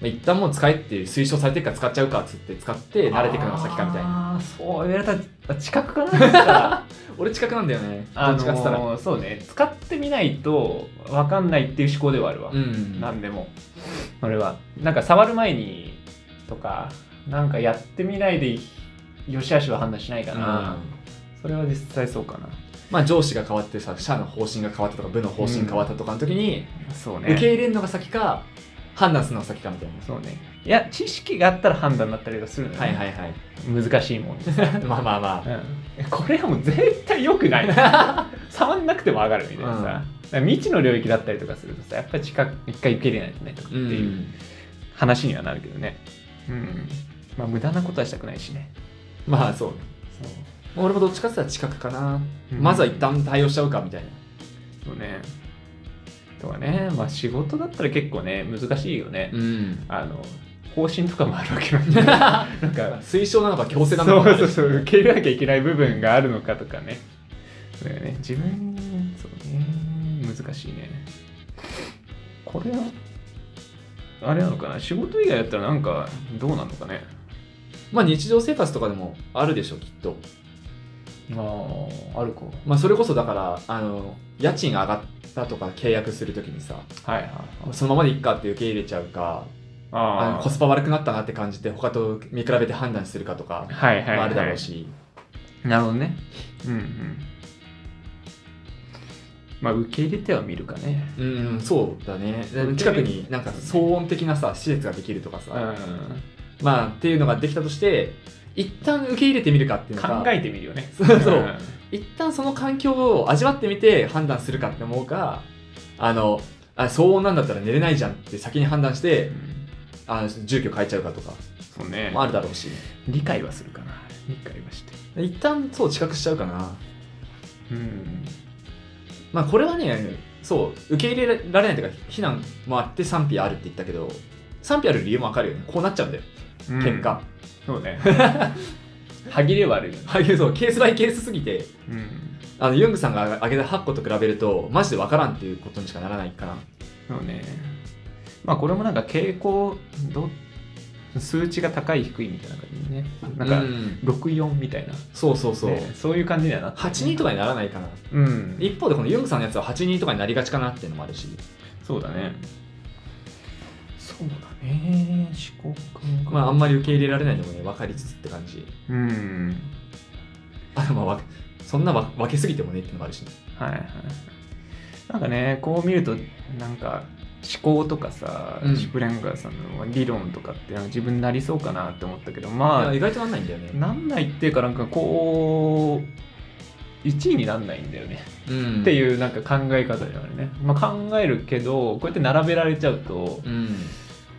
[SPEAKER 2] まあ、一旦もう使えって推奨されてるから使っちゃうかっつって使って慣れていくのが先かみたいな
[SPEAKER 1] あーそう言われたら近くか な
[SPEAKER 2] 俺近くなんだよね
[SPEAKER 1] あ
[SPEAKER 2] どっちかっつったら
[SPEAKER 1] のーそうね使ってみないと分かんないっていう思考ではあるわ、
[SPEAKER 2] うん
[SPEAKER 1] なんでも俺はなんか触る前にとかなんかやってみないで良し悪しは判断しないかな、
[SPEAKER 2] うん
[SPEAKER 1] それは実際そうかな
[SPEAKER 2] まあ、上司が変わってさ社の方針が変わったとか部の方針変わったとかの時に、
[SPEAKER 1] そう
[SPEAKER 2] 受け入れるのが先か判断するのが先かみたいな
[SPEAKER 1] そうねいや知識があったら判断だったりはするのよ、
[SPEAKER 2] はいはいはい
[SPEAKER 1] 難しいもん、うん、
[SPEAKER 2] まあまあま
[SPEAKER 1] これはもう絶対良くない 触んなくても上がるみたいなさ、
[SPEAKER 2] うん
[SPEAKER 1] だから未知の領域だったりとかするとさやっぱり近く一回受け入れないとねとかっ
[SPEAKER 2] あ、
[SPEAKER 1] ていう話にはなるけどねうんまあ無駄なことはしたくないしね
[SPEAKER 2] まあそうね俺もどっちかって言ったら近くかな、まずは一旦対応しちゃうかみたいな
[SPEAKER 1] そうねとかねまあ仕事だったら結構ね難しいよね、
[SPEAKER 2] うん
[SPEAKER 1] あの方針とかもあるわけなんでなんか
[SPEAKER 2] 推奨なのか強制なのか
[SPEAKER 1] そうそうそう受け入れなきゃいけない部分があるのかとかねそうだよね自分そうね難しいねこれはあれなのかな仕事以外だったらなんかどうなのかね
[SPEAKER 2] まあ日常生活とかでもあるでしょきっと、
[SPEAKER 1] あああるか
[SPEAKER 2] まあ、それこそだからあの家賃が上がったとか契約するときにさ
[SPEAKER 1] はいはいはい
[SPEAKER 2] そのままでいっかって受け入れちゃうかあの
[SPEAKER 1] あ
[SPEAKER 2] コスパ悪くなったなって感じて他と見比べて判断するかとか
[SPEAKER 1] あはいはい、はい、
[SPEAKER 2] もあるだろうし、
[SPEAKER 1] なるほどねうんうんまあ受け入れてはみるかね
[SPEAKER 2] うんうんそうだね
[SPEAKER 1] うん
[SPEAKER 2] 近くになんか騒音的なさ施設ができるとか
[SPEAKER 1] う
[SPEAKER 2] さ、
[SPEAKER 1] ん
[SPEAKER 2] まあっていうのができたとして一旦受け入れてみるかっていうの
[SPEAKER 1] 考
[SPEAKER 2] か
[SPEAKER 1] えてみるよね
[SPEAKER 2] そうそうん一旦その環境を味わってみて判断するかって思うかあのあ騒音なんだったら寝れないじゃんって先に判断してあの住居変えちゃうかとか
[SPEAKER 1] そうね、
[SPEAKER 2] もあるだろうし
[SPEAKER 1] 理解はするかな理解はして
[SPEAKER 2] 一旦そう近くしちゃうかな
[SPEAKER 1] うん
[SPEAKER 2] まあこれはねそう受け入れられないというか非難もあって賛否あるって言ったけど賛否ある理由もわかるよねこうなっちゃうんだよ結果、
[SPEAKER 1] そう ね歯切れ悪いよね
[SPEAKER 2] はいやそうケースバイケースすぎて
[SPEAKER 1] うん
[SPEAKER 2] あのユングさんが挙げた8個と比べるとマジで分からんっていうことにしかならないかな
[SPEAKER 1] そうねまあこれもなんか傾向ど数値が高い低いみたいな感じでねなん
[SPEAKER 2] う
[SPEAKER 1] か64みたいな、
[SPEAKER 2] そうそうそう、
[SPEAKER 1] ねそういう感じにはなって
[SPEAKER 2] 82とかにならないかな
[SPEAKER 1] うん
[SPEAKER 2] 一方でこのユングさんのやつは82とかになりがちかなっていうのもあるし
[SPEAKER 1] そうだね
[SPEAKER 3] そうだね四国
[SPEAKER 2] まああんまり受け入れられないのもね分かりつつって感じ
[SPEAKER 1] うん
[SPEAKER 2] あのまあわそんなわ分けすぎてもねってのもあるし、ね、
[SPEAKER 1] はいはいなんかねこう見るとなんか思考とかさ、
[SPEAKER 2] うん
[SPEAKER 1] シュプレンガーさんの理論とかってなんか自分になりそうかなって思ったけど
[SPEAKER 2] い
[SPEAKER 1] ま
[SPEAKER 2] や
[SPEAKER 1] あ
[SPEAKER 2] 意外となんないんだよね
[SPEAKER 1] なんないっていうかなんかこう1位になんないんだよね
[SPEAKER 2] うん
[SPEAKER 1] って
[SPEAKER 2] う
[SPEAKER 1] いうなんか考え方ではあるね、まあ、考えるけどこうやって並べられちゃうと
[SPEAKER 2] うん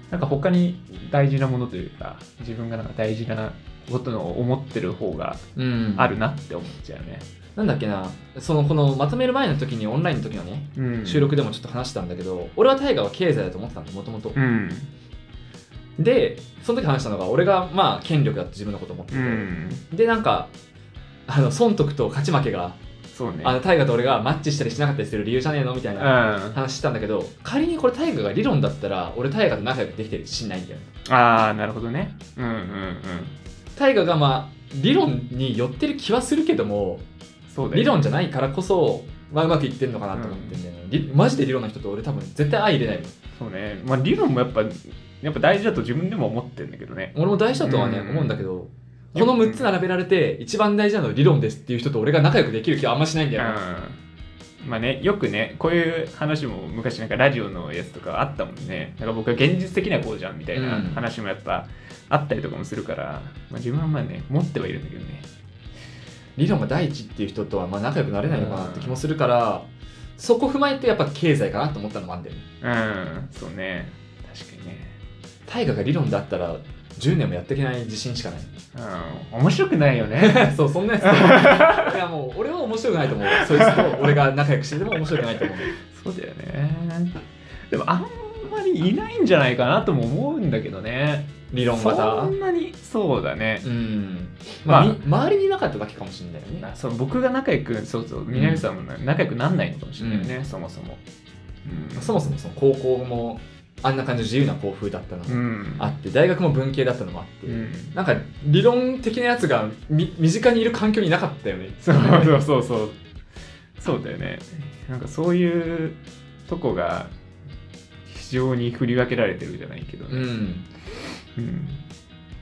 [SPEAKER 1] なんか他に大事なものというか自分がなんか大事なことを思ってる方が
[SPEAKER 2] うん
[SPEAKER 1] あるなって思っちゃうね、
[SPEAKER 2] なんだっけなそのこのまとめる前の時にオンラインの時のね
[SPEAKER 1] うん
[SPEAKER 2] 収録でもちょっと話したんだけど、俺は大河は経済だと思ってたんだもともと
[SPEAKER 1] うん
[SPEAKER 2] でその時話したのが俺がまあ権力だって自分のこと思って
[SPEAKER 1] う
[SPEAKER 2] て、
[SPEAKER 1] ん
[SPEAKER 2] でなんかあの損得と勝ち負けが
[SPEAKER 1] そうね
[SPEAKER 2] あの大河と俺がマッチしたりしなかったりする理由じゃねえのみたいな
[SPEAKER 1] うん
[SPEAKER 2] 話したんだけど仮にこれ大河が理論だったら俺大河と仲良くできてるしないんだよね
[SPEAKER 1] ああなるほどねうんうんうん
[SPEAKER 2] 大河がまあ理論に寄ってる気はするけども
[SPEAKER 1] そうだよ
[SPEAKER 2] 理論じゃないからこそ、まあ、うまくいってんのかなと思ってんだよね、りマジで理論の人と俺多分絶対相入れないの
[SPEAKER 1] そうねまあ理論もやっぱやっぱ大事だと自分でも思ってるんだけどね
[SPEAKER 2] 俺も大事だとはね、
[SPEAKER 1] うん
[SPEAKER 2] 思うんだけどこの6つ並べられて一番大事なのは理論ですっていう人と俺が仲良くできる気はあんましないんだよね、
[SPEAKER 1] うんまあね、よくねこういう話も昔なんかラジオのやつとかあったもんねなんか僕は現実的にはこうじゃんみたいな
[SPEAKER 2] うん
[SPEAKER 1] 話もやっぱあったりとかもするから、まあ、自分はまあね持ってはいるんだけどね
[SPEAKER 2] 理論が第一っていう人とはまあ仲良くなれないのかなって気もするから、そこ踏まえてやっぱ経済かなと思ったのもあんだよね
[SPEAKER 1] うんそうね確かにね、
[SPEAKER 2] 大河が理論だったら10年もやっていけない自信しかない
[SPEAKER 1] うん、面白くないよね
[SPEAKER 2] そうそんなやついやもう俺は面白くないと思うそいつと俺が仲良くしてても面白くないと思う
[SPEAKER 1] そうだよねでもあんまりいないんじゃないかなとも思うんだけどね
[SPEAKER 2] 理論型
[SPEAKER 1] そんなにそうだね
[SPEAKER 2] うんまあ、
[SPEAKER 1] まあ
[SPEAKER 2] み周りになかっただけかもしれないよね
[SPEAKER 1] あそう僕が仲良くそうそう南さんもな仲良くなんないのかもしれないよね、
[SPEAKER 2] う
[SPEAKER 1] そもそも、うん、
[SPEAKER 2] そもそもその高校もあんな感じの自由な校風だったの
[SPEAKER 1] う
[SPEAKER 2] も
[SPEAKER 1] ん
[SPEAKER 2] あって、大学も文系だったのもあって、
[SPEAKER 1] うん
[SPEAKER 2] なんか理論的なやつがみ身近にいる環境にいなかったよね
[SPEAKER 1] そうそうそうそうそうだよねなんかそういうとこが非常に振り分けられてるじゃないけど
[SPEAKER 2] う
[SPEAKER 1] ね、
[SPEAKER 2] ん、
[SPEAKER 1] うん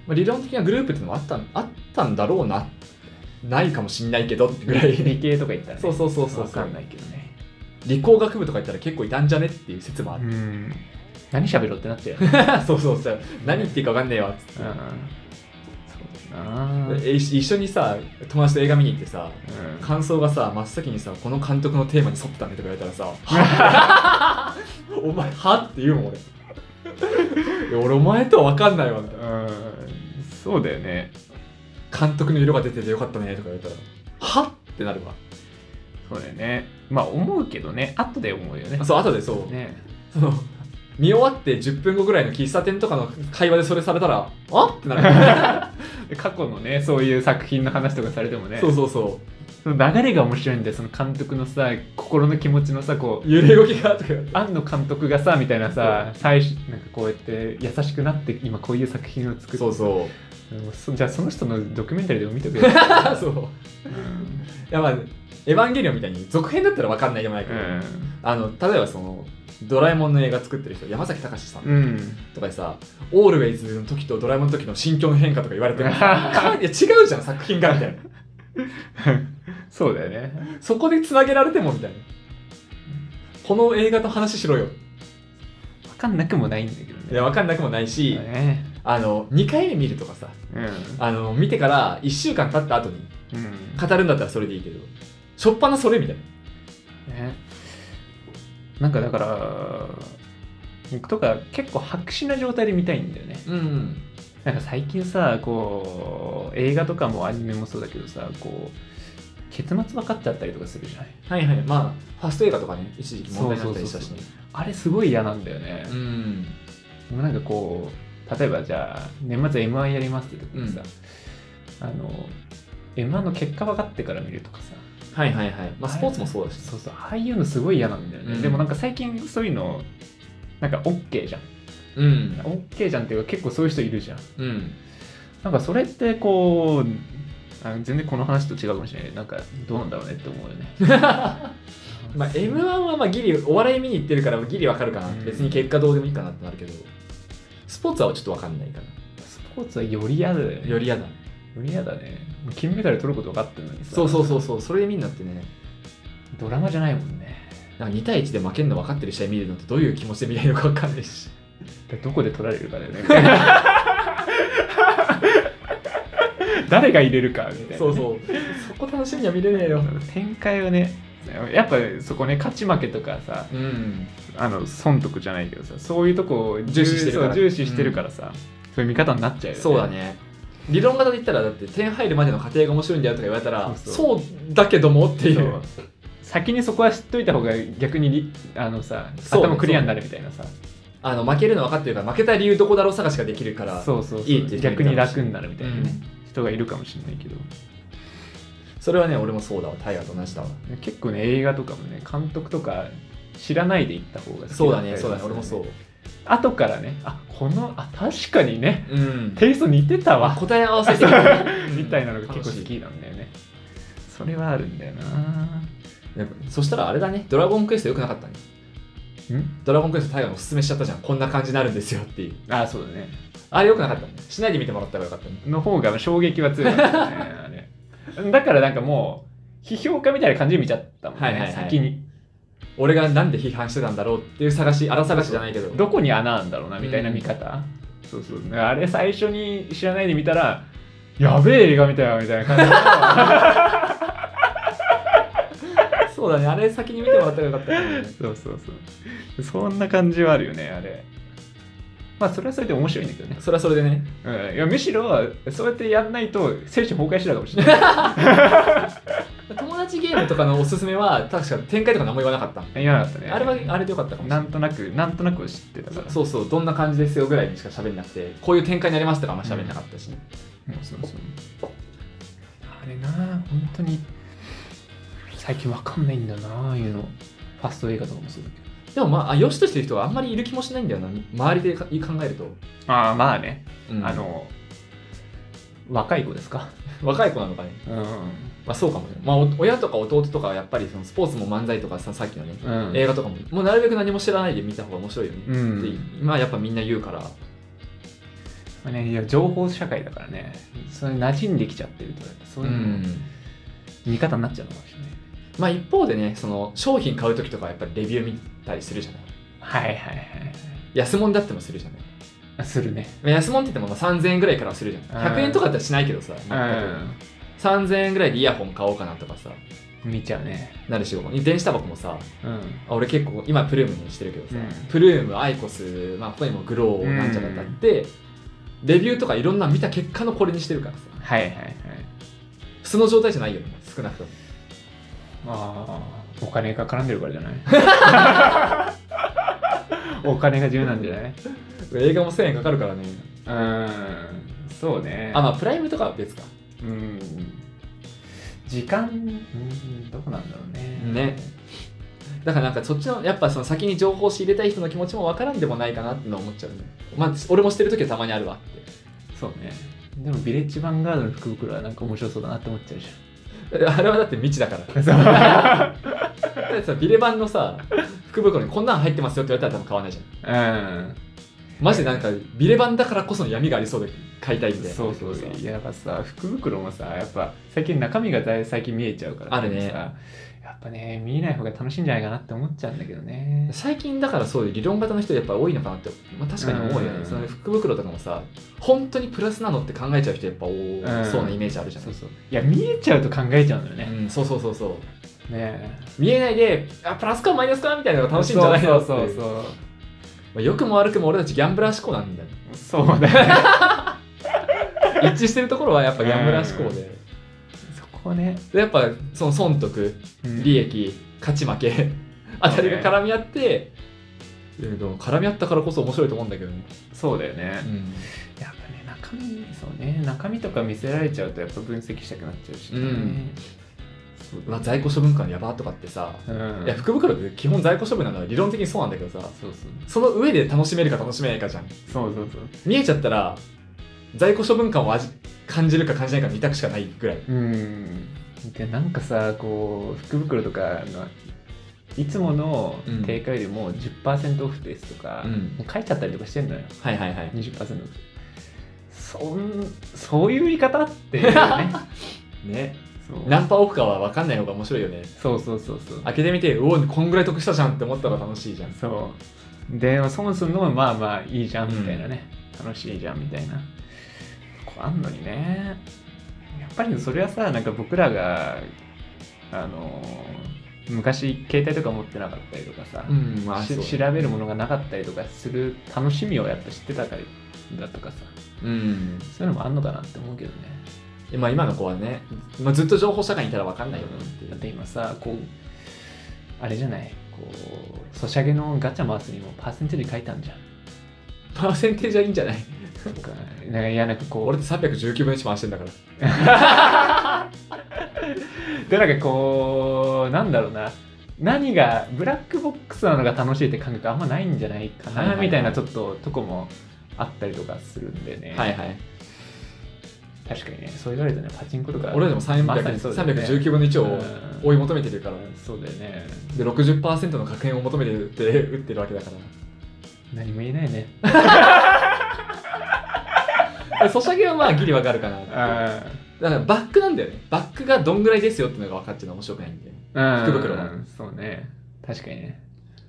[SPEAKER 2] まあ、理論的なグループってのもあったんあったんだろうなないかもしんないけどってぐらい
[SPEAKER 1] 理系とか言ったら、ね、
[SPEAKER 2] そうそうそうそう
[SPEAKER 1] 分かんないけどね
[SPEAKER 2] 理工学部とか行ったら結構いたんじゃねっていう説もあ
[SPEAKER 1] う
[SPEAKER 2] る、
[SPEAKER 1] ん何喋ろうってなっちゃうよね、
[SPEAKER 2] そうそうそう何言っていいか分かんねえわっつって
[SPEAKER 1] うん、そうだなうん
[SPEAKER 2] え一緒にさ友達と映画見に行ってさ感想がさ真っ先にさこの監督のテーマに沿ってたねとか言われたらさは「お前は?」って言うもん俺いや俺お前とは分かんないわみたいな
[SPEAKER 1] うんそうだよね
[SPEAKER 2] 監督の色が出ててよかったねとか言われたら「は?」ってなるわ
[SPEAKER 1] そうだよねまあ思うけどね後で思うよね
[SPEAKER 2] そう後でそう、
[SPEAKER 1] ね
[SPEAKER 2] その見終わって10分後ぐらいの喫茶店とかの会話でそれされたら「あっ?」ってなる
[SPEAKER 1] 過去のねそういう作品の話とかされてもね
[SPEAKER 2] そうそうそ
[SPEAKER 1] その流れが面白いんだよその監督のさ心の気持ちのさこ
[SPEAKER 2] う
[SPEAKER 1] う
[SPEAKER 2] 揺れ動きがとか言われて
[SPEAKER 1] 庵野監督がさみたいなさ最初なんかこうやって優しくなって今こういう作品を作って
[SPEAKER 2] そうそう
[SPEAKER 1] うんそじゃあその人のドキュメンタリーでも 見とけ
[SPEAKER 2] そう
[SPEAKER 1] うん
[SPEAKER 2] いやまあエヴァンゲリオンみたいに続編だったら分かんないでもないけど、あの例えばそのドラえもんの映画作ってる人山崎隆さん
[SPEAKER 1] うん、うん、
[SPEAKER 2] とかでさ「オールウェイズ」の時とドラえもんの時の心境の変化とか言われてもか いや違うじゃん作品がみたいな
[SPEAKER 1] そうだよね
[SPEAKER 2] そこでつなげられてもみたいなこの映画と話しろよ
[SPEAKER 1] 分かんなくもないんだけどね
[SPEAKER 2] いや分かんなくもないし
[SPEAKER 1] そうだね
[SPEAKER 2] あの2回目見るとかさ
[SPEAKER 1] うん
[SPEAKER 2] あの見てから1週間経った後に
[SPEAKER 1] うん
[SPEAKER 2] 語るんだったらそれでいいけどしょっぱなそれみたいな
[SPEAKER 1] ね、なんかだから僕とか結構白紙な状態で見たいんだよね
[SPEAKER 2] うん
[SPEAKER 1] なんか最近さこう映画とかもアニメもそうだけどさこう結末分かっちゃったりとかするじゃない
[SPEAKER 2] はいはいまあファスト映画とかね一時期問題になったりしたしね
[SPEAKER 1] そうあれすごい嫌なんだよね、
[SPEAKER 2] うん
[SPEAKER 1] もうなんかこう例えばじゃあ年末 m 1やりますって時にさ、あの m 1の結果分かってから見るとかさ
[SPEAKER 2] はいはいはいまあスポーツもそうだし
[SPEAKER 1] そうそうああいうのすごい嫌なんだよね、
[SPEAKER 2] うん
[SPEAKER 1] でもなんか最近そういうのなんか OK じゃん
[SPEAKER 2] うん、
[SPEAKER 1] OK じゃんっていうか結構そういう人いるじゃん
[SPEAKER 2] うん、
[SPEAKER 1] なんかそれってこうあ全然この話と違うかもしれないなんかどうなんだろうねって思うよねうんます、
[SPEAKER 2] まあ、m 1はまあギリお笑い見に行ってるからギリわかるかな、
[SPEAKER 1] うん
[SPEAKER 2] 別に結果どうでもいいかなってなるけどスポーツはちょっとわかんないか
[SPEAKER 1] スポーツはより嫌だよ
[SPEAKER 2] な
[SPEAKER 1] ね
[SPEAKER 2] より嫌だ
[SPEAKER 1] より嫌だね金メダル取ること分かってるのにさ
[SPEAKER 2] そうそうそうそうそれで見るなってね
[SPEAKER 1] ドラマじゃないもんね
[SPEAKER 2] なんか2対1で負けんの分かってる試合見るのってどういう気持ちで見れるのか分かんないし
[SPEAKER 1] だからどこで取られるかだよ ね誰が入れるかみたいなね、
[SPEAKER 2] そうそうそこ楽しみには見れねえよ
[SPEAKER 1] 展開はねやっぱそこね勝ち負けとかさ
[SPEAKER 2] うん
[SPEAKER 1] あの損得じゃないけどさそういうとこを
[SPEAKER 2] 重視してるから
[SPEAKER 1] そう重視してるからさ、そういう見方になっちゃうよね
[SPEAKER 2] そうだね理論型で言ったらだって点入るまでの過程が面白いんだよとか言われたら
[SPEAKER 1] そ
[SPEAKER 2] そううだけどもってい
[SPEAKER 1] そうう先にそこは知っといた方が逆にりあのさ
[SPEAKER 2] そうね
[SPEAKER 1] 頭クリアになるみたいなさ
[SPEAKER 2] あの負けるの分かってるから負けた理由どこだろう探しができるから
[SPEAKER 1] そうそうそう
[SPEAKER 2] いいっていう人もい
[SPEAKER 1] 逆
[SPEAKER 2] るかもしれ
[SPEAKER 1] に楽
[SPEAKER 2] ない
[SPEAKER 1] になるみたいなね、
[SPEAKER 2] う
[SPEAKER 1] 人がいるかもしれないけど
[SPEAKER 2] それはね俺もそうだわタイガーと同じだわ
[SPEAKER 1] 結構ね映画とかもね監督とか知らないで行った方が好き
[SPEAKER 2] そうだ
[SPEAKER 1] った
[SPEAKER 2] ね
[SPEAKER 1] り
[SPEAKER 2] そうだね
[SPEAKER 1] するよ
[SPEAKER 2] 俺もそう
[SPEAKER 1] 後からねあこのあ確かにね
[SPEAKER 2] うん
[SPEAKER 1] テイスト似てたわ
[SPEAKER 2] 答え合わせ的 な
[SPEAKER 1] みたいなのが結構好
[SPEAKER 2] 楽しい
[SPEAKER 1] きなんだよねそれはあるんだよな
[SPEAKER 2] やっぱそしたらあれだねドラゴンクエストよくなかったね
[SPEAKER 1] ん
[SPEAKER 2] ドラゴンクエストタイガーのおすすめしちゃったじゃんこんな感じになるんですよっていう
[SPEAKER 1] あそうだね
[SPEAKER 2] あれよくなかったねしないで見てもらった方がよかったね
[SPEAKER 1] の方が衝撃は強い、ね、あれ だからなんかもう批評家みたいな感じで見ちゃったもんね、
[SPEAKER 2] はいはいはい
[SPEAKER 1] 先に
[SPEAKER 2] 俺がなんで批判してたんだろうっていう探し荒探しじゃないけど
[SPEAKER 1] どこに穴あんだろうなみたいな見方、そうそうあれ最初に知らないで見たらやべえ映画みたいなみたいな感じ
[SPEAKER 2] そうだねあれ先に見てもらった方がよかったかもね
[SPEAKER 1] そうそうそう。そんな感じはあるよね、あれ。まあ、それはそれで面白いんだけどね。
[SPEAKER 2] それはそれでね
[SPEAKER 1] うん、いやむしろ、そうやってやんないと、精神崩壊してたかもしれ ない。
[SPEAKER 2] 友達ゲームとかのおすすめは確か展開とか何も言わなかった
[SPEAKER 1] 言わなかったね。
[SPEAKER 2] あれはあれでよかったかもしれ
[SPEAKER 1] な
[SPEAKER 2] ない
[SPEAKER 1] んとなく、なんとなく知ってたから。
[SPEAKER 2] そうそうどんな感じですよぐらいにしか喋んなくてこういう展開になりましたからあんま喋んなかったしね、
[SPEAKER 1] うんそうそうあれな、本当に、最近わかんないんだな、ああいうの。ファスト映画とかもそうだけ
[SPEAKER 2] でもまああ良しとしてる人があんまりいる気もしないんだよな周りでか考えると、
[SPEAKER 1] ど。ああ、まあね。
[SPEAKER 2] うん
[SPEAKER 1] あの、若い子ですか。
[SPEAKER 2] 若い子なのかね
[SPEAKER 1] うん。
[SPEAKER 2] まあそうかもね、まあ、お親とか弟とかはやっぱりそのスポーツも漫才とかささっきのね、
[SPEAKER 1] うん。
[SPEAKER 2] 映画とかももうなるべく何も知らないで見た方が面白いよね、
[SPEAKER 1] う
[SPEAKER 2] って
[SPEAKER 1] ん。
[SPEAKER 2] 今やっぱみんな言うから
[SPEAKER 1] まあね、いや情報社会だからね、それ馴染んできちゃってると、そうういううん見方になっちゃうのかもしれない。
[SPEAKER 2] まあ一方でねその商品買う時とかはやっぱりレビュー見たりするじゃない
[SPEAKER 1] はいはいはい
[SPEAKER 2] 安物だってもするじゃない
[SPEAKER 1] あ。するね。
[SPEAKER 2] まあ安物って言ってもまあ3000円ぐらいからはするじゃん
[SPEAKER 1] うん
[SPEAKER 2] 100円とかだったらしないけどさ、
[SPEAKER 1] う
[SPEAKER 2] 全く
[SPEAKER 1] ん。
[SPEAKER 2] 3000円ぐらいでイヤホン買おうかなとかさ
[SPEAKER 1] 見ちゃうね。
[SPEAKER 2] なるし電子タバコもさ
[SPEAKER 1] うん。
[SPEAKER 2] あ俺結構今プルームにしてるけどさ、
[SPEAKER 1] うん
[SPEAKER 2] プルームアイコス、まあ、他にもグローなんちゃらだって、レビューとかいろんなの見た結果のこれにしてるからさ
[SPEAKER 1] はいはいはい。
[SPEAKER 2] 素の状態じゃないよね少なくとも
[SPEAKER 1] ああ、お金が絡んでるからじゃない お金が重要なんじゃない
[SPEAKER 2] 映画も1000円かかるからね
[SPEAKER 1] うん。そうね。
[SPEAKER 2] あまあプライムとかは別か
[SPEAKER 1] うん。時間、うん、どうなんだろうね。
[SPEAKER 2] ねだからなんかそっちのやっぱその先に情報を仕入れたい人の気持ちもわからんでもないかなってのは思っちゃうねまあ俺もしてる時はたまにあるわっ
[SPEAKER 1] そうね。でも、ビレッジヴァンガードの福袋はなんか面白そうだなって思っちゃうじゃん。
[SPEAKER 2] てあれはだって未知だからだってさビレ版のさ福袋にこんなん入ってますよって言われたら多分買わないじゃん
[SPEAKER 1] うん、
[SPEAKER 2] マジでなんかビレ版だからこその闇がありそうで買いたいみたいな
[SPEAKER 1] そうそう
[SPEAKER 2] さ
[SPEAKER 1] いややっぱさ福袋もさやっぱ最近中身がだい最近見えちゃうから
[SPEAKER 2] あるね
[SPEAKER 1] さやっぱね見えない方が楽しいんじゃないかなって思っちゃうんだけどね
[SPEAKER 2] 最近だからそういう理論型の人やっぱ多いのかなって、まあ、確かに思うよ
[SPEAKER 1] うん
[SPEAKER 2] ねその福袋とかもさ本当にプラスなのって考えちゃう人やっぱ多そうなイメージあるじゃん、
[SPEAKER 1] そうそういや見えちゃうと考えちゃうんだよね、
[SPEAKER 2] うんそうそうそうそう
[SPEAKER 1] ね
[SPEAKER 2] 見えないであプラスかマイナスかみたいなのが楽しいんじゃないの
[SPEAKER 1] そ
[SPEAKER 2] っ
[SPEAKER 1] う
[SPEAKER 2] て
[SPEAKER 1] そうそう
[SPEAKER 2] まあ、良くも悪くも俺たちギャンブラー思考なん だよ
[SPEAKER 1] そうそうだね
[SPEAKER 2] 一致してるところはやっぱギャンブラー思考で,、
[SPEAKER 1] そこね、
[SPEAKER 2] でやっぱその損得
[SPEAKER 1] うん
[SPEAKER 2] 利益勝ち負け当たりが絡み合って、うんでも絡み合ったからこそ面白いと思うんだけどね、
[SPEAKER 1] そうだよね、やっぱね中身そうね中身とか見せられちゃうとやっぱ分析したくなっちゃうしね、
[SPEAKER 2] うんまあ、在庫処分感やばとかってさ、
[SPEAKER 1] うん
[SPEAKER 2] いや福袋って基本在庫処分なのは理論的にそうなんだけどさ
[SPEAKER 1] そうそう
[SPEAKER 2] その上で楽しめるか楽しめないかじゃん
[SPEAKER 1] そうそうそう
[SPEAKER 2] 見えちゃったら在庫処分感を味感じるか感じないかの二択しかないぐらい
[SPEAKER 1] うんでなんかさこう福袋とかのいつもの
[SPEAKER 2] うん
[SPEAKER 1] 定価よりも10%オフですとか、
[SPEAKER 2] うん
[SPEAKER 1] もう書いちゃったりとかしてんのよ
[SPEAKER 2] はいはいはい
[SPEAKER 1] 20%オフそんそういう言い方っていう ね
[SPEAKER 2] ね
[SPEAKER 1] そう
[SPEAKER 2] ナンパオフかは分かんないのが面白いよね
[SPEAKER 1] そうそうそうそう
[SPEAKER 2] 開けてみてうおこんぐらい得したじゃんって思ったら楽しいじゃん
[SPEAKER 1] そうで損するのもまあまあいいじゃん
[SPEAKER 2] うん
[SPEAKER 1] みたいなね、楽しいじゃんみたいなこうあんのにねやっぱりそれはさなんか僕らがあのー昔携帯とか持ってなかったりとかさ、
[SPEAKER 2] うんまあ
[SPEAKER 1] し
[SPEAKER 2] そう
[SPEAKER 1] 調べるものがなかったりとかする楽しみをやっぱ知ってたからだとかさ
[SPEAKER 2] うん
[SPEAKER 1] そういうのもあんのかなって思うけどね
[SPEAKER 2] でまあ今の子はね、まあ、ずっと情報社会にいたら分かんないよねっていう
[SPEAKER 1] だって今さこうあれじゃないこうソシャゲのガチャ回すにもパーセンテージ書いたんじゃん
[SPEAKER 2] パーセンテージはいいんじゃない
[SPEAKER 1] なんかなんかいやなんかこう
[SPEAKER 2] 俺って319分の1回してんだから
[SPEAKER 1] でなんかこうなんだろうな何がブラックボックスなのが楽しいって感覚あんまないんじゃないかな、
[SPEAKER 2] はいはいはい
[SPEAKER 1] みたいなちょっととこもあったりとかするんでね、
[SPEAKER 2] はいはい
[SPEAKER 1] 確かにねそう言われるとねパチンコとか
[SPEAKER 2] 俺らでも300
[SPEAKER 1] まさにそうだよね
[SPEAKER 2] 319分の1を
[SPEAKER 1] うん
[SPEAKER 2] 追い求めてるから
[SPEAKER 1] そうだよね
[SPEAKER 2] で60%の確変を求めてるって 打ってるわけだか
[SPEAKER 1] 何も言えないね
[SPEAKER 2] らソシャゲはまあギリ分かるかなって
[SPEAKER 1] あ
[SPEAKER 2] だからバックなんだよねバックがどんぐらいですよっていうのが分かってるのは面白くないんで
[SPEAKER 1] あ
[SPEAKER 2] 福袋は
[SPEAKER 1] そうね確かにね、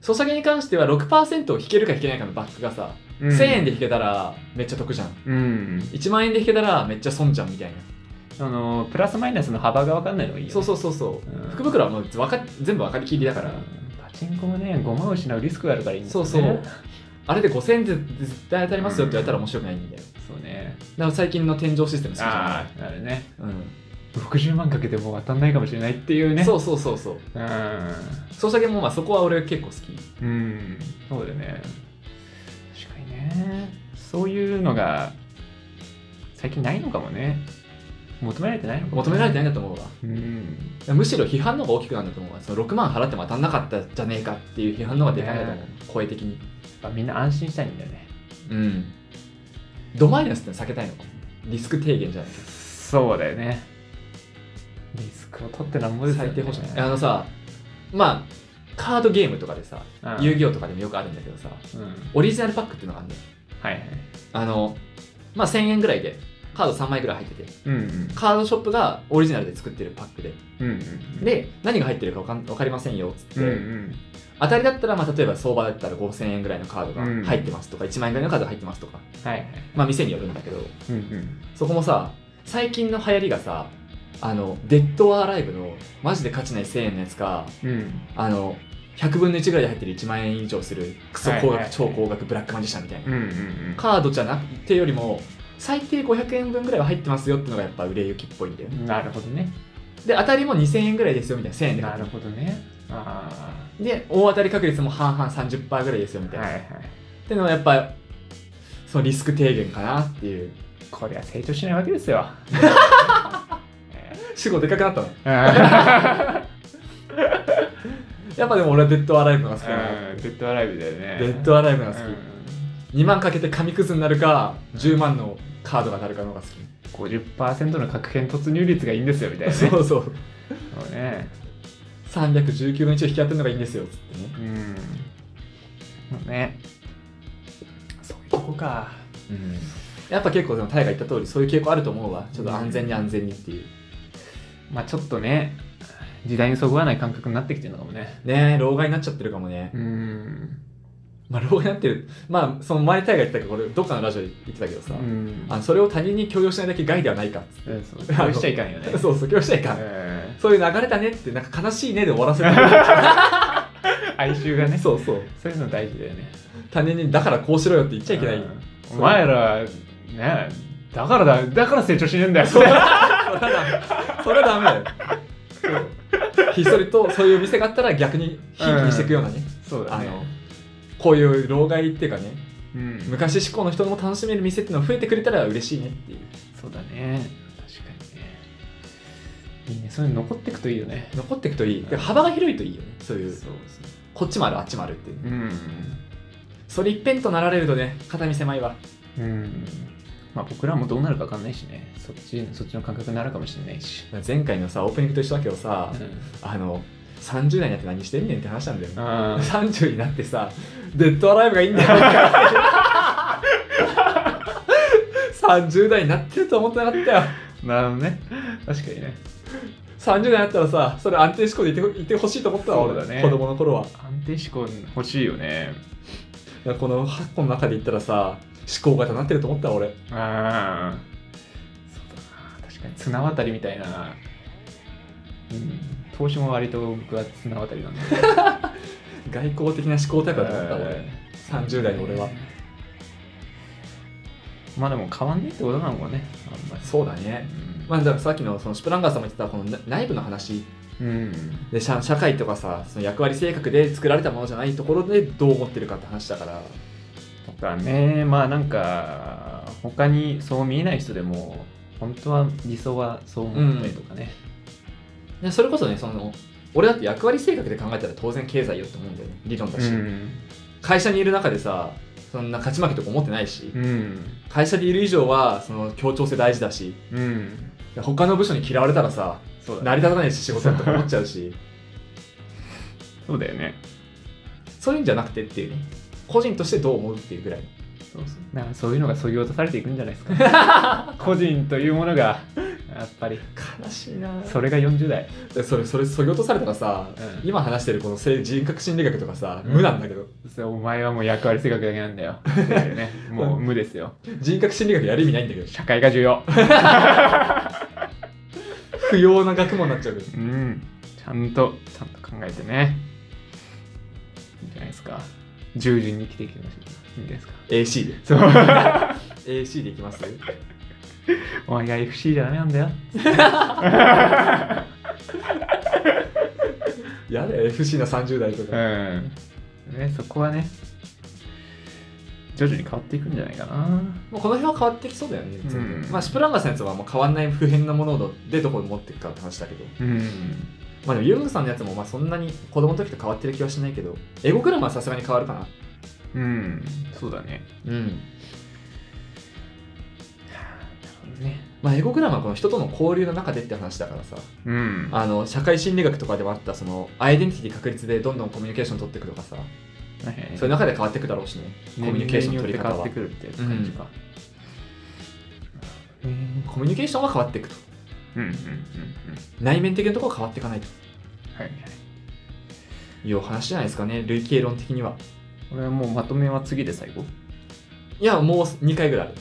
[SPEAKER 2] ソシャゲに関しては6%を引けるか引けないかのバックがさ、
[SPEAKER 1] うん
[SPEAKER 2] 1000円で引けたらめっちゃ得じゃん
[SPEAKER 1] うん
[SPEAKER 2] 1万円で引けたらめっちゃ損じゃんみたいな
[SPEAKER 1] あのプラスマイナスの幅が分かんないのがいいよ、ね、
[SPEAKER 2] そうそうそうそう
[SPEAKER 1] うん
[SPEAKER 2] 福袋はもうわか全部分かりきりだから
[SPEAKER 1] パチンコもね5万を失うリスクがあるからいいんです
[SPEAKER 2] そ
[SPEAKER 1] よ
[SPEAKER 2] う
[SPEAKER 1] ね
[SPEAKER 2] そうあれで5000円で絶対当たりますよって言われたら面白くないんだよ
[SPEAKER 1] そうね
[SPEAKER 2] だから最近の天井システム好きじゃ
[SPEAKER 1] ああれね
[SPEAKER 2] ない、うん
[SPEAKER 1] 60万かけても当たんないかもしれないっていうね
[SPEAKER 2] そううそうそうそ
[SPEAKER 1] う
[SPEAKER 2] う
[SPEAKER 1] ん
[SPEAKER 2] ソシャゲもまあそこは俺結構好き
[SPEAKER 1] うんそうだよね確かにねそういうのが最近ないのかもね求められてないのかもね、
[SPEAKER 2] 求められてないんだと思うわ
[SPEAKER 1] うん
[SPEAKER 2] むしろ批判の方が大きくなるんだと思うわその6万払っても当たんなかったじゃねえかっていう批判の方がでかいんだと思う、
[SPEAKER 1] ね
[SPEAKER 2] 声的に
[SPEAKER 1] やっぱみんな安心したいんだよね
[SPEAKER 2] うんドマイナスってのは避けたいのかリスク低減じゃないです
[SPEAKER 1] そうだよねリスクを取ってなんぼですよ、ね、
[SPEAKER 2] 最低保証あのさまあカードゲームとかでさ、
[SPEAKER 1] うん
[SPEAKER 2] 遊戯王とかでもよくあるんだけどさ
[SPEAKER 1] うんはい
[SPEAKER 2] オリジナルパックっていうのがあるんだよ
[SPEAKER 1] はい
[SPEAKER 2] あのまあ1000円ぐらいでカード3枚ぐらい入ってて
[SPEAKER 1] うんうん
[SPEAKER 2] カードショップがオリジナルで作ってるパックで
[SPEAKER 1] うんうん
[SPEAKER 2] で何が入ってるかわかんわかりませんよっつって、
[SPEAKER 1] うんうん
[SPEAKER 2] 当たりだったら、まあ、例えば相場だったら5000円ぐらいのカードが入ってますとか、1万円ぐらいのカードが入ってますとか、
[SPEAKER 1] はいはい
[SPEAKER 2] まあ、店によるんだけど
[SPEAKER 1] うんうん
[SPEAKER 2] そこもさ最近の流行りがさあのデッド・ア・ライブのマジで価値ない1000円のやつか
[SPEAKER 1] うん
[SPEAKER 2] あの100分の1ぐらいで入ってる1万円以上するクソ高
[SPEAKER 1] はいはい
[SPEAKER 2] 額超高額ブラックマジシャンみたい
[SPEAKER 1] うん
[SPEAKER 2] な
[SPEAKER 1] うんうん
[SPEAKER 2] カードじゃなくてよりも最低500円分ぐらいは入ってますよってのがやっぱ売れ行きっぽいんだよね
[SPEAKER 1] なるほどね。
[SPEAKER 2] で当たりも2000円ぐらいですよみたいな1000円で買
[SPEAKER 1] な
[SPEAKER 2] っ
[SPEAKER 1] るほどね。あ
[SPEAKER 2] てで大当たり確率も半々30%ぐらいですよみ
[SPEAKER 1] あ。
[SPEAKER 2] たい
[SPEAKER 1] は
[SPEAKER 2] ない
[SPEAKER 1] はい。
[SPEAKER 2] ってのはやっぱそのリスク低減かなっていう
[SPEAKER 1] これは成長しないわけですよ。
[SPEAKER 2] 主語でかくなったの
[SPEAKER 1] うん
[SPEAKER 2] やっぱでも俺はデッドアライブのが好きだな、
[SPEAKER 1] デッドアライブだよね。
[SPEAKER 2] デッドアライブが好き、
[SPEAKER 1] う
[SPEAKER 2] 2万かけて紙くずになるか10万のカードがなるかの方が好き、
[SPEAKER 1] ん50%の確変突入率がいいんですよみたいなね。そ
[SPEAKER 2] そうそう
[SPEAKER 1] うね。
[SPEAKER 2] 319分の1を引き当てるのがいいんですよっつってね
[SPEAKER 1] うん。そうね。そういうとこか。
[SPEAKER 2] やっぱ結構でもタイが言った通りそういう傾向あると思うわちょっと安全に安全にっていう
[SPEAKER 1] まあちょっとね、時代にそぐわない感覚になってきてるのかもね。
[SPEAKER 2] ねえ老害になっちゃってるかもね、
[SPEAKER 1] うん。
[SPEAKER 2] まあ老害になってるまあその前タイが言ってたけど俺どっかのラジオで言ってたけどさ、
[SPEAKER 1] うん。
[SPEAKER 2] あのそれを他人に強要しないだけ害ではないかっつって
[SPEAKER 1] うんそう。こうしちゃいかんよね。
[SPEAKER 2] そうそう強要しないかん
[SPEAKER 1] うん
[SPEAKER 2] そういう流れだねって、なんか悲しいねで終わらせる。
[SPEAKER 1] 哀愁がね。
[SPEAKER 2] そうそう。
[SPEAKER 1] そういうの大事だよね。
[SPEAKER 2] 他人にだからこうしろよって言っちゃいけない。
[SPEAKER 1] うんお前ら、ね、だからだ、だから成長しねえんだよ。そ
[SPEAKER 2] それはダメそれはダメだよ。そうひっそりとそういう店があったら逆にひいきにしていくようなね、
[SPEAKER 1] うだ
[SPEAKER 2] あ
[SPEAKER 1] ね。
[SPEAKER 2] のこういう老害っていうかね
[SPEAKER 1] うん、
[SPEAKER 2] 昔志向の人も楽しめる店っていうのが増えてくれたら嬉しいねっていう
[SPEAKER 1] そうだね。確かにね。いいね。そういうの残ってくといいよね。
[SPEAKER 2] 残っていくといいで幅が広いといいよねそういう
[SPEAKER 1] そう
[SPEAKER 2] こっちもあるあっちもあるっていう
[SPEAKER 1] うん。
[SPEAKER 2] それ一辺となられるとね肩身狭いわ
[SPEAKER 1] うん。まあ僕らもどうなるか分かんないしね。そっち、そっちの感覚になるかもしれないし。
[SPEAKER 2] 前回のさオープニングと一緒だけどさ、
[SPEAKER 1] うん
[SPEAKER 2] あの30代になって何してんねんって話なんだよ、
[SPEAKER 1] あー
[SPEAKER 2] 30になってさデッドアライブがいいんだよ って30代になってると思ってなかったよ
[SPEAKER 1] なるほどね確かにね
[SPEAKER 2] 30代になったらさそれ安定志向でいていてほしいと思ったわ
[SPEAKER 1] そうだね
[SPEAKER 2] 俺子供の頃は
[SPEAKER 1] 安定志向欲しいよね
[SPEAKER 2] いやこの8個の中で言ったらさ思考型になってると思ったわ俺
[SPEAKER 1] ああそうだな確かに綱渡りみたいなうん投資も割と僕は綱渡りなんで
[SPEAKER 2] 外交的な思考タイプだと思った俺30代の俺は
[SPEAKER 1] まあでも変わんねえってことなのかねあんまり
[SPEAKER 2] そうだね
[SPEAKER 1] うん
[SPEAKER 2] まあ、だからさっきのそのシュプランガーさんも言ってたこのな内部の話
[SPEAKER 1] うん
[SPEAKER 2] で社社会とかさその役割性格で作られたものじゃないところでどう思ってるかって話だから
[SPEAKER 1] とかねまあなんか他にそう見えない人でも本当は理想はそう思ったりとかね、
[SPEAKER 2] でそれこそねその俺だって役割性格で考えたら当然経済よって思うんだよね理論だし、会社にいる中でさそんな勝ち負けとか思ってないし、
[SPEAKER 1] うん
[SPEAKER 2] 会社でいる以上はその協調性大事だし
[SPEAKER 1] うん
[SPEAKER 2] 他の部署に嫌われたらさ
[SPEAKER 1] そうだね
[SPEAKER 2] 成り立たないし仕事だとか思っちゃうし
[SPEAKER 1] そうだよね
[SPEAKER 2] そういうんじゃなくてっていうね個人としてどう思うっていうぐらい
[SPEAKER 1] そうそうなんかそういうのが削ぎ落とされていくんじゃないですか、 個人というものがやっぱり
[SPEAKER 2] 悲しいな
[SPEAKER 1] それが40代、
[SPEAKER 2] でそれそれそぎ落とされたらさ、
[SPEAKER 1] う
[SPEAKER 2] 今話してるこの性人格心理学とかさ、
[SPEAKER 1] うん
[SPEAKER 2] 無なんだけど
[SPEAKER 1] そうお前はもう役割性格だけなんだよっていう ねもう無ですよ
[SPEAKER 2] 人格心理学やる意味ないんだけど
[SPEAKER 1] 社会が重要
[SPEAKER 2] 不要な学問になっちゃうけど
[SPEAKER 1] うんちゃんとちゃんと考えてねいいんじゃないですか従順に生きていきましょういいんじゃないですか
[SPEAKER 2] AC で
[SPEAKER 1] そう
[SPEAKER 2] AC でいきます
[SPEAKER 1] お前が FC じゃダメなんだよ
[SPEAKER 2] やだよ FC な30代と
[SPEAKER 1] う
[SPEAKER 2] か、
[SPEAKER 1] ん、ね、そこはね徐々に変わっていくんじゃないかな
[SPEAKER 2] もうこの辺は変わってきそうだよね、
[SPEAKER 1] うん
[SPEAKER 2] まあシュプランガーさんのやつはもう変わんない不変なものでどこに持っていくかって話だけど
[SPEAKER 1] うん
[SPEAKER 2] まあでもユングさんのやつもまあそんなに子供の時と変わってる気はしないけどエゴグラムはさすがに変わるかな
[SPEAKER 1] うんそうだね
[SPEAKER 2] うん
[SPEAKER 1] ね
[SPEAKER 2] まあエゴグラムはこの人との交流の中でって話だからさ
[SPEAKER 1] うん
[SPEAKER 2] あの社会心理学とかでもあったそのアイデンティティ確立でどんどんコミュニケーション取っていくとかさそういう中で変わっていくだろうしねコミュニケーションの取り
[SPEAKER 1] 年
[SPEAKER 2] 方
[SPEAKER 1] 齢によって変わっ
[SPEAKER 2] は
[SPEAKER 1] てくるって感じかうん
[SPEAKER 2] コミュニケーションは変わっていくと
[SPEAKER 1] うんうんうん
[SPEAKER 2] 内面的なところは変わっていかないと
[SPEAKER 1] はいはい
[SPEAKER 2] いうお話じゃないですかね類型論的には
[SPEAKER 1] これはもうまとめは次で最後
[SPEAKER 2] いやもう2回ぐらいある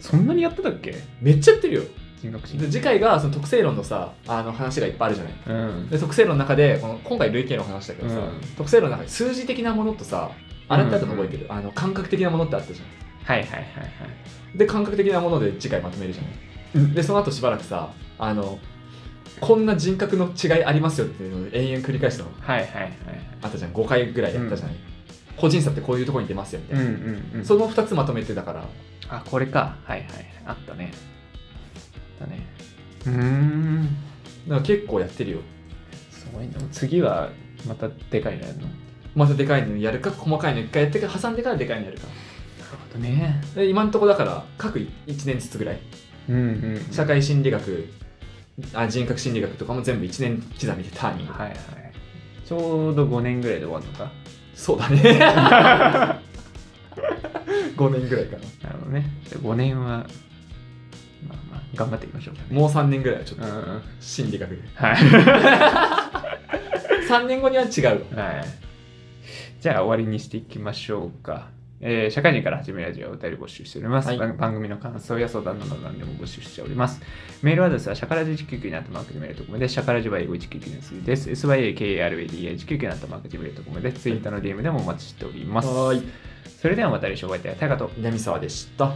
[SPEAKER 1] そんなにやってたっけ
[SPEAKER 2] めっちゃやってるよ
[SPEAKER 1] 人格診
[SPEAKER 2] で次回がその特性論のさあの話がいっぱいあるじゃない
[SPEAKER 1] うん
[SPEAKER 2] で特性論の中でこの今回類型論の話だけどさ、
[SPEAKER 1] うん
[SPEAKER 2] 特性論の中で数字的なものとさあれってあと覚えてる、あの感覚的なものってあったじゃ
[SPEAKER 1] はいはいはいはい
[SPEAKER 2] んで感覚的なもので次回まとめるじゃん、
[SPEAKER 1] うん
[SPEAKER 2] でその後しばらくさあのこんな人格の違いありますよっていうのを延々繰り返したの
[SPEAKER 1] はいはいはい
[SPEAKER 2] あったじゃん5回ぐらいやったじゃない、個人差ってこういうところに出ますよみたい
[SPEAKER 1] うん
[SPEAKER 2] な、
[SPEAKER 1] うんうん
[SPEAKER 2] その2つまとめてだから
[SPEAKER 1] あこれかはいはいあったねだねうーん
[SPEAKER 2] なんか結構やってるよ
[SPEAKER 1] すごいな次はまたでかいのやるのなる
[SPEAKER 2] まずでかいのやるか細かいの1回やってから挟んでからでかいのやるか
[SPEAKER 1] ほどね
[SPEAKER 2] で今のところだから各1年ずつぐらい
[SPEAKER 1] うんうん
[SPEAKER 2] 社会心理学あ人格心理学とかも全部1年刻みでターニング、
[SPEAKER 1] はいはいちょうど5年ぐらいで終わるのか
[SPEAKER 2] そう だね5年ぐらいかな
[SPEAKER 1] なるほどねで5年はまあまあ頑張っていきましょうかね
[SPEAKER 2] もう3年ぐらいはちょっ
[SPEAKER 1] う
[SPEAKER 2] と
[SPEAKER 1] ん
[SPEAKER 2] 心理学で
[SPEAKER 1] はい、
[SPEAKER 2] 3年後には違う
[SPEAKER 1] はい、じゃあ終わりにしていきましょうかえー社会人から始めるラジオをお便り募集しております、
[SPEAKER 2] はい
[SPEAKER 1] 番番組の感想や相談など何でも募集しておりますメールアドレスはシャカラジ199になったマークでメールとこめでシャカラジは英語199の次です SYAKARADI199 になったマークでメールとこめでツイッターの DM でもお待ちしております
[SPEAKER 2] はーい
[SPEAKER 1] それではまた来週お会いいたいタカと
[SPEAKER 2] 南沢でした